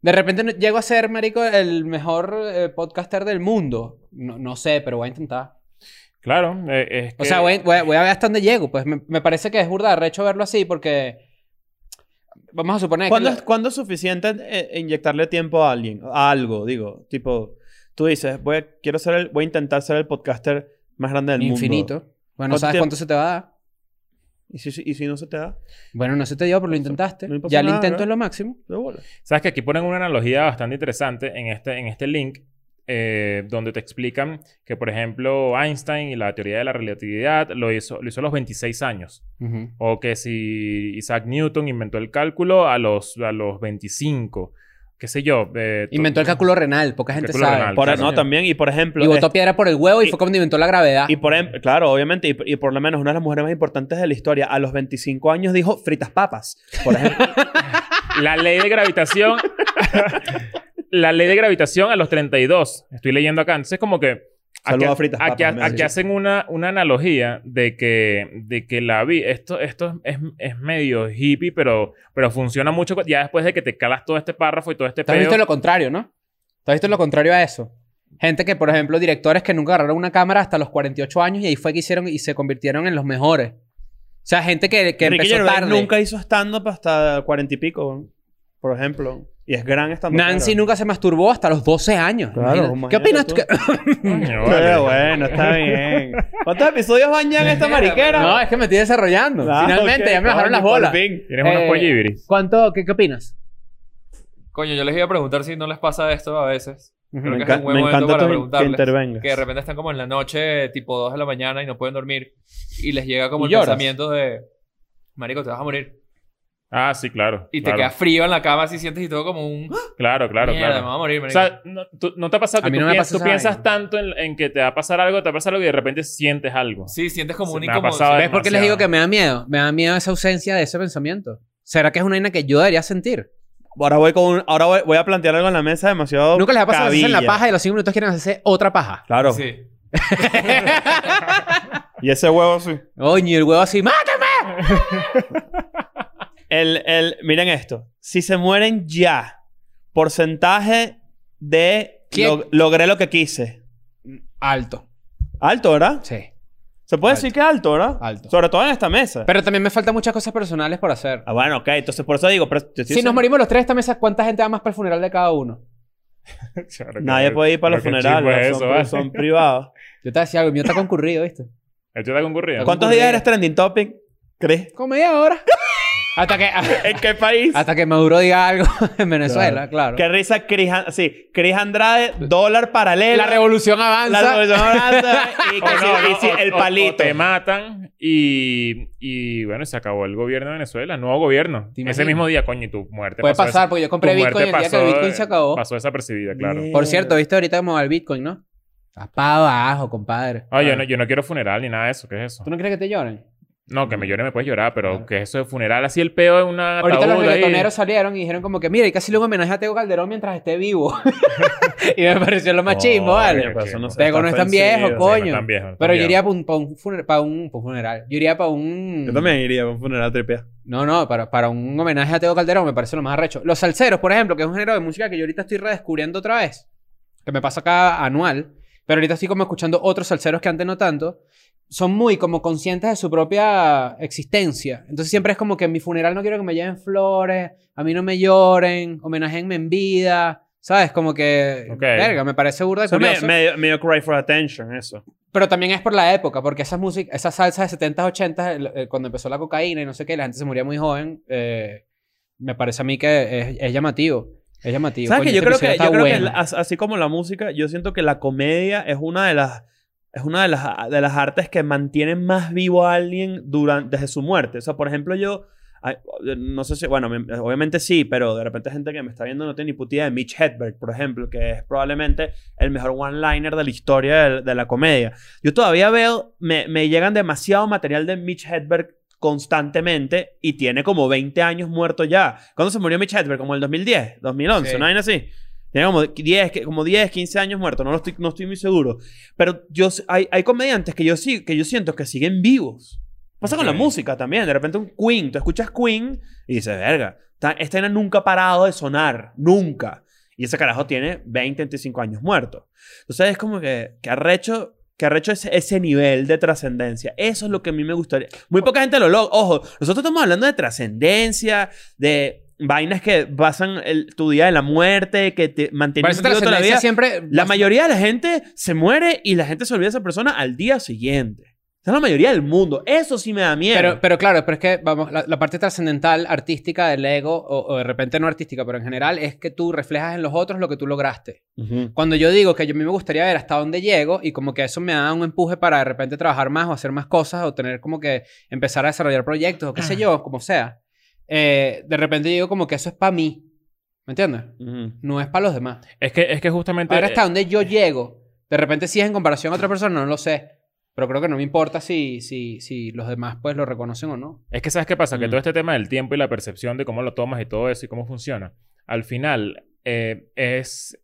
De repente no- llego a ser, marico, el mejor eh, podcaster del mundo. No, no sé, pero voy a intentar. Claro. eh, es O que- sea, voy, voy a voy a ver hasta dónde llego. Pues me, me parece que es burda de arrecho verlo así porque... Vamos a suponer que ¿Cuándo, la- es- cuándo es suficiente eh, inyectarle tiempo a alguien? A algo, digo. Tipo, tú dices, voy a, quiero ser el, voy a intentar ser el podcaster más grande del infinito. mundo. Bueno, ¿Cuánto ¿sabes tiempo? cuánto se te va a dar? ¿Y si, y si no se te da? Bueno, no se te dio, pero lo intentaste. no pasa ya el nada, intento ¿no? es lo máximo. De bola. Sabes que aquí ponen una analogía bastante interesante en este, en este link, eh, donde te explican que, por ejemplo, Einstein y la teoría de la relatividad lo hizo, lo hizo a los 26 años. O que si Isaac Newton inventó el cálculo a los, a los 25. Qué sé yo. eh, to- Inventó el cálculo renal, poca gente Cálculo sabe. renal, Por- claro. no, también. Y por ejemplo... Y es- botó piedra por el huevo y, y- fue cuando inventó la gravedad. Y por ejemplo, claro, obviamente, y, y por lo menos una de las mujeres más importantes de la historia, a los 25 años dijo fritas papas, por ejemplo. La ley de gravitación. la ley de gravitación a los 32. Estoy leyendo acá. Entonces, como que. Aquí, Saludos a Fritas aquí- Papas, me aquí dice. hacen una, una analogía de que, de que la vida. Esto, esto es, es medio hippie, pero, pero funciona mucho cu- ya después de que te calas todo este párrafo y todo este ¿Te has pedo. visto lo contrario, no? ¿Te has visto lo contrario a eso? Gente que, por ejemplo, directores que nunca agarraron una cámara hasta los 48 años y ahí fue que hicieron y se convirtieron en los mejores. O sea, gente [laughs] que, que Ricky empezó Gervais tarde. nunca hizo stand-up hasta 40 y pico, por ejemplo. Y es gran stand-up. Nancy nunca se masturbó hasta los 12 años. Claro, imagínate Imagínate. ¿Qué opinas tú? tú. Coño, Sí, vale. [laughs] bueno, está bien. ¿Cuántos episodios van ya en [laughs] esta mariquera? No, es que me estoy desarrollando. Ah, Finalmente, ok, ya me bajaron coño, las bolas. por fin. Tienes unos Eh, pollibiris. ¿Cuánto? ¿Qué, qué opinas? Coño, yo les iba a preguntar si no les pasa esto a veces. Creo Me, que es enca- un buen me momento encanta para tu in- que preguntarles. intervengas. Que de repente están como en la noche, tipo 2 de la mañana y no pueden dormir. Y les llega como Y el lloras. pensamiento de... Marico, te vas a morir. Ah, sí, claro. Y te claro, quedas frío en la cama así sientes y todo como un... ¡Ah! Claro, claro, claro. Mierda, me voy a morir, O marico. sea, no, tú- no te ha pasado A que mí tú, no me piensas, pasa tú esa piensas vaina. tanto en, en que te va a pasar algo, te va a pasar algo y de repente sientes algo. sí, sientes como se un me ha incómodo. pasado ¿Ves por qué les demasiado. digo que me da miedo? Me da miedo esa ausencia de ese pensamiento. ¿Será que es una vaina que yo debería sentir? Ahora, voy con un- ahora voy, voy a plantear algo en la mesa demasiado. Nunca les ha pasado que se hacen la cabilla. paja y a los 5 minutos quieren hacerse otra paja. Claro. Sí. Y ese huevo sí. Oye, el huevo así, ¡mátame! El, el, miren esto. Si se mueren ya, porcentaje de ¿Quién? lo- logré lo que quise. Alto. Alto, ¿verdad? Sí. Se puede Alto. decir que alto, ¿verdad? Alto. Sobre todo en esta mesa. Pero también me faltan muchas cosas personales por hacer. Ah, bueno, ok. Entonces, por eso digo. Pero yo estoy si nos diciendo- morimos los tres de esta mesa, ¿cuánta gente va más para el funeral de cada uno? Claro, Nadie claro. puede ir para los Pero qué chimbo funerales. es son, eso, vale. [laughs] son privados. Yo te decía algo, el mío está concurrido, ¿viste? Esto está concurrido. ¿Cuántos Concurrido. días eres trending topic? ¿Crees? [laughs] Como media hora. hasta que [laughs] ¿En qué país? hasta que Maduro diga algo [laughs] en Venezuela, [laughs] claro. Qué risa, Cris. An- Sí, Cris Andrade, dólar paralelo. La revolución avanza. La revolución avanza. [laughs] Y, O que sí, no, y no, sí, o- el o- o palito. te matan y, y bueno, se acabó el gobierno de Venezuela, nuevo gobierno. ¿Te Ese imaginas? mismo día, coño, y tu muerte. Puede pasó pasar, des- porque yo tu compré muerte Bitcoin el día que el pasó- eh, Bitcoin se acabó. Pasó desapercibida, claro. Mierda. Por cierto, ¿viste ahorita cómo va el Bitcoin, no? Está para abajo, compadre. Ah, yo, no, yo no quiero funeral ni nada de eso. ¿Qué es eso? ¿Tú no crees que te lloren? No, que me llore me puedes llorar, pero Claro. ¿qué es eso de funeral? Así el peo de una Ahorita los ataúd ahí. reggaetoneros salieron y dijeron como que, mira, y casi le un homenaje a Tego Calderón mientras esté vivo. [laughs] y me pareció lo más Oh, chismo, Coño, ¿vale? pero eso no Tego no es tan viejo, Sí, no coño. tan viejo, no tan Pero yo viejo. iría para un, pa' un funer- pa' un- pa' un funeral. Yo iría para un... Yo también iría a un funeral tripea. No, no, para, para un homenaje a Tego Calderón me parece lo más arrecho. Los salseros, por ejemplo, que es un género de música que yo ahorita estoy redescubriendo otra vez, que me pasa cada anual, pero ahorita estoy como escuchando otros salseros que antes no tanto, son muy como conscientes de su propia existencia. Entonces siempre es como que en mi funeral no quiero que me lleven flores, a mí no me lloren, homenajenme en vida, ¿sabes? Como que, Ok. verga, me parece burda de Eso me, curioso. medio, medio cry for attention, eso. Pero también es por la época, porque esas músicas, esas salsas de 70s, 80s, el- el- cuando empezó la cocaína y no sé qué, la gente se moría muy joven. eh, me parece a mí que es, es llamativo. Es llamativo. ¿Sabes Coño, que yo este creo que, episodio yo creo está que bueno. la- as- así como la música, yo siento que la comedia es una de las es una de las, de las artes que mantienen más vivo a alguien durante, desde su muerte. O sea, por ejemplo, yo ay, no sé si, bueno, me- obviamente sí, pero de repente gente que me está viendo no tiene ni puta idea de Mitch Hedberg, por ejemplo, que es probablemente el mejor one-liner de la historia del- de, la comedia. Yo todavía veo, me, me llegan demasiado material de Mitch Hedberg constantemente y tiene como 20 años muerto ya. ¿Cuándo se murió Mitch Hedberg? Como el 2010, 2011, Sí. una vaina así. Tiene como 10, que- como 10, 15 años muerto, no, lo estoy, no estoy muy seguro. Pero yo, s- hay, hay comediantes que yo, sí- que yo siento que siguen vivos. Pasa con la Ok. música también. De repente un Queen, tú escuchas Queen y dices, verga, ta- esta vaina nunca ha parado de sonar, nunca. Y ese carajo tiene 20, 25 años muerto. Entonces es como que, que arrecho Que arrecho ese, ese nivel de trascendencia. Eso es lo que a mí me gustaría. Muy poca gente lo logra. Ojo, nosotros estamos hablando de trascendencia, de vainas que basan el- tu día de la muerte, que te mantienen Parece vivo toda la trascendencia vida. siempre... La mayoría de la gente se muere y la gente se olvida de esa persona al día siguiente. Esa es la mayoría del mundo. Eso sí me da miedo. Pero, pero claro, pero es que, vamos, la, la parte trascendental, artística del ego, o, o de repente no artística, pero en general, es que tú reflejas en los otros lo que tú lograste. Ujú. Cuando yo digo que yo a mí me gustaría ver hasta dónde llego y como que eso me da un empuje para de repente trabajar más o hacer más cosas o tener como que empezar a desarrollar proyectos o Ah. qué sé yo, como sea, eh, de repente yo digo como que eso es para mí. ¿Me entiendes? Ujú. No es para los demás. Es que, es que justamente. Ahora eh, hasta donde yo llego. De repente si es en comparación a otra persona, no lo sé. Pero creo que no me importa si, si, si los demás pues lo reconocen o no. Es que sabes qué pasa, que Mm. todo este tema del tiempo y la percepción de cómo lo tomas y todo eso y cómo funciona, al final eh, es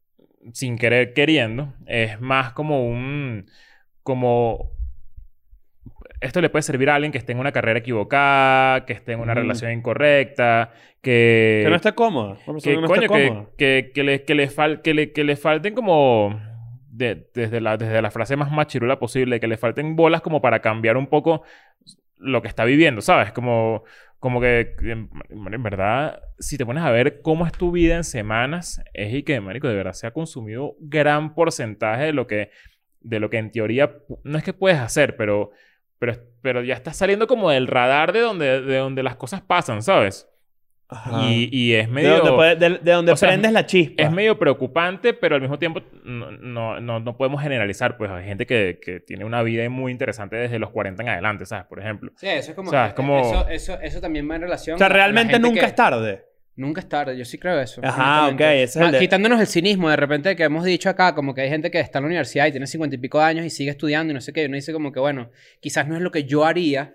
sin querer queriendo, es más como un como esto le puede servir a alguien que esté en una carrera equivocada, que esté en una Mm. relación incorrecta, que Que no está cómoda. Una persona que que no coño está que, cómoda. que, que le, que, le fal- que, le, que le falten como de- desde, la, desde la frase más machirula posible, que le falten bolas como para cambiar un poco lo que está viviendo, ¿sabes? Como, como que, que, en, en verdad, si te pones a ver cómo es tu vida en semanas, es y que, marico, de verdad se ha consumido gran porcentaje de lo que, de lo que en teoría, pu- no es que puedes hacer, pero, pero, pero ya estás saliendo como del radar de donde, de donde las cosas pasan, ¿sabes? Ajá. Y, y es medio... de donde, puede- de- de donde o sea, prendes la chispa. Es medio preocupante, pero al mismo tiempo no, no, no, no podemos generalizar. Pues hay gente que, que tiene una vida muy interesante desde los 40 en adelante, ¿sabes? Por ejemplo. Sí, eso es como... O sea, es como- Eso, eso, eso también va en relación... O sea, a la realmente gente nunca que- es tarde. Nunca es tarde, yo sí creo eso. Ajá, ok. honestamente. Ese es el Ah, de- Quitándonos el cinismo de repente que hemos dicho acá, como que hay gente que está en la universidad y tiene cincuenta y pico de años y sigue estudiando y no sé qué, y uno dice como que, bueno, quizás no es lo que yo haría,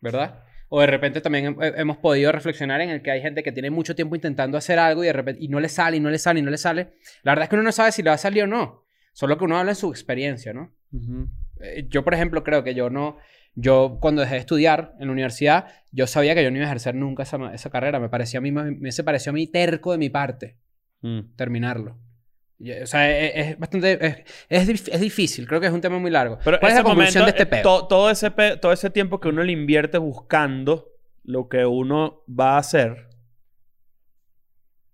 ¿verdad? O de repente también hem- he- hemos podido reflexionar en el que hay gente que tiene mucho tiempo intentando hacer algo y de repente y no le sale, y no le sale, y no le sale. La verdad es que uno no sabe si le va a salir o no, solo que uno habla en su experiencia, ¿no? Eh, Yo, por ejemplo, creo que yo no. Yo, cuando dejé de estudiar en la universidad, yo sabía que yo no iba a ejercer nunca esa, ma- esa carrera. Me parecía a mí, más- me se pareció a mí terco de mi parte terminarlo. Y, eh, O sea, e- e- es, bastante. Es, es dif- es difícil, creo que es un tema muy largo. Pero ¿Cuál es ese la conclusión momento, de este eh, peo? to- todo, ese pe- todo ese tiempo que uno le invierte buscando lo que uno va a hacer.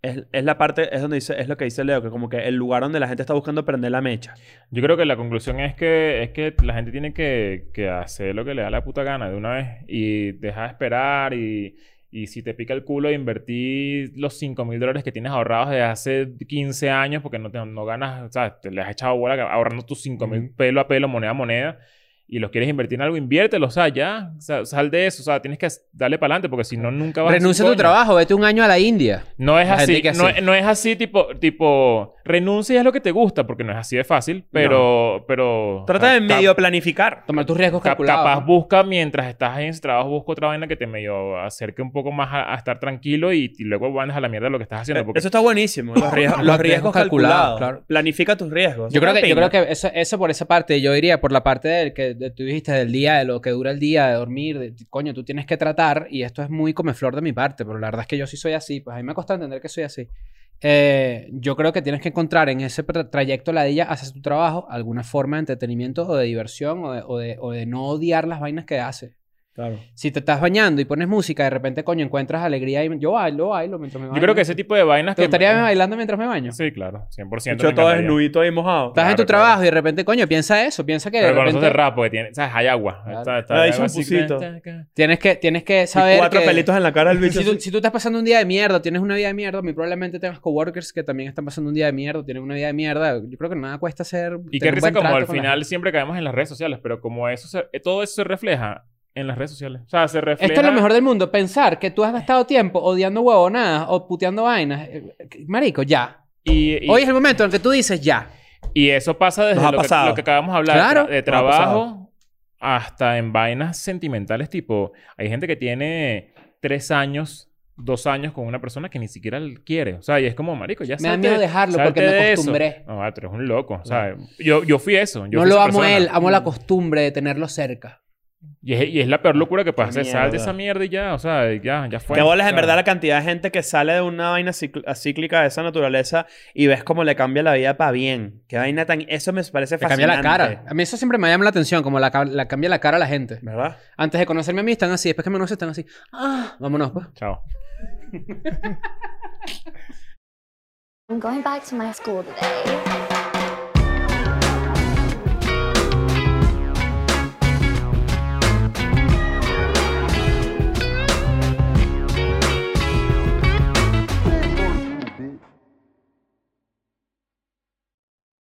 Es, es la parte, es donde dice, es lo que dice Leo, que como que el lugar donde la gente está buscando prender la mecha. Yo creo que la conclusión es que, es que la gente tiene que, que hacer lo que le da la puta gana de una vez y dejar de esperar y, y si te pica el culo invertir los 5 mil dólares que tienes ahorrados desde hace 15 años porque no, te, no ganas, ¿sabes? Te le has echado bola ahorrando tus 5 mil pelo a pelo, moneda a moneda y los quieres invertir en algo, inviértelo, o sea, ya, sa- sal de eso, o sea, tienes que darle para adelante porque si no, nunca vas a hacer Renuncia a un tu coño. trabajo, vete un año a la India. No es La gente así, que no, hace. no es así tipo, tipo, renuncia y haz lo que te gusta, porque no es así de fácil, pero, pero... Trata de cap- medio planificar. Tomar tus riesgos cap- calculados. capaz ¿no? busca mientras estás en ese trabajo, busca otra vaina que te medio acerque un poco más a, a estar tranquilo y, y luego mandas a la mierda lo que estás haciendo. Eh, Porque Eso está buenísimo. [laughs] Los, ries- los Los riesgos riesgos calculados. calculados, claro. Planifica tus riesgos. Yo creo, que, yo Pinga. creo que eso, eso por esa parte, yo diría por la parte del que de- tú dijiste del día, de lo que dura el día, de dormir, de, coño, tú tienes que tratar, y esto es muy come flor de mi parte, pero la verdad es que yo sí soy así, pues a mí me cuesta entender que soy así. Eh, yo creo que tienes que encontrar en ese tra- trayecto ladilla hacia tu trabajo alguna forma de entretenimiento o de diversión o de, o de- o de no odiar las vainas que haces. Claro. Si te estás bañando y pones música, de repente, coño, encuentras alegría y yo bailo, bailo mientras me baño. yo creo que ese tipo de vainas ¿Te que... gustaría verme bailando mientras me baño? Sí, claro, 100%. Yo me todo encantaría. desnudito ahí mojado. Estás en tu Claro, claro. trabajo y de repente, coño, piensa eso, piensa que de Pero con esos repente... de rap, porque tiene, ¿sabes? Hay agua. Claro. Está- está- Ah, hay algo así, champucito. ta, ta, ta. Tienes que, tienes que Y saber. cuatro que pelitos en la cara del bicho. Si tú, así. si tú estás pasando un día de mierda, tienes una vida de mierda, muy probablemente tengas coworkers que también están pasando un día de mierda, tienen una vida de mierda. Yo creo que nada cuesta ser. Y qué tener un risa buen como trato al con la final gente. siempre caemos en las redes sociales, pero como eso se- todo eso se refleja en las redes sociales. O sea, se refleja... Esto es lo mejor del mundo. Pensar que tú has gastado tiempo odiando huevonadas o puteando vainas. Eh, Marico, ya. Y, y- Hoy es el momento en el que tú dices ya. Y eso pasa desde Nos ha lo que, pasado. lo que acabamos de hablar, Claro. tra- de Nos ha trabajo hasta en vainas sentimentales, tipo, hay gente que tiene tres años, dos años con una persona que ni siquiera l- quiere. O sea, y es como, marico, ya Me da salte- miedo dejarlo salte porque me de eso". acostumbré. No, ah, tú eres un loco. O sea, yo, yo fui eso. Yo no fui lo esa amo a persona. Mm. él, amo la costumbre de tenerlo cerca. Y es, y es la peor locura que puedes Qué hacer. Sal de mierda. esa mierda y ya, o sea, ya, ya fue. Que bolas en Claro. verdad la cantidad de gente que sale de una vaina cicl- cíclica de esa naturaleza y ves cómo le cambia la vida para bien. Qué vaina tan... Eso me parece Te fascinante. cambia la cara. A mí eso siempre me llama la atención, como la, ca- la cambia la cara a la gente. ¿Verdad? Antes de conocerme a mí están así, después que me conocen están así. Ah, vámonos, pues. Chao. I'm going back to my school today.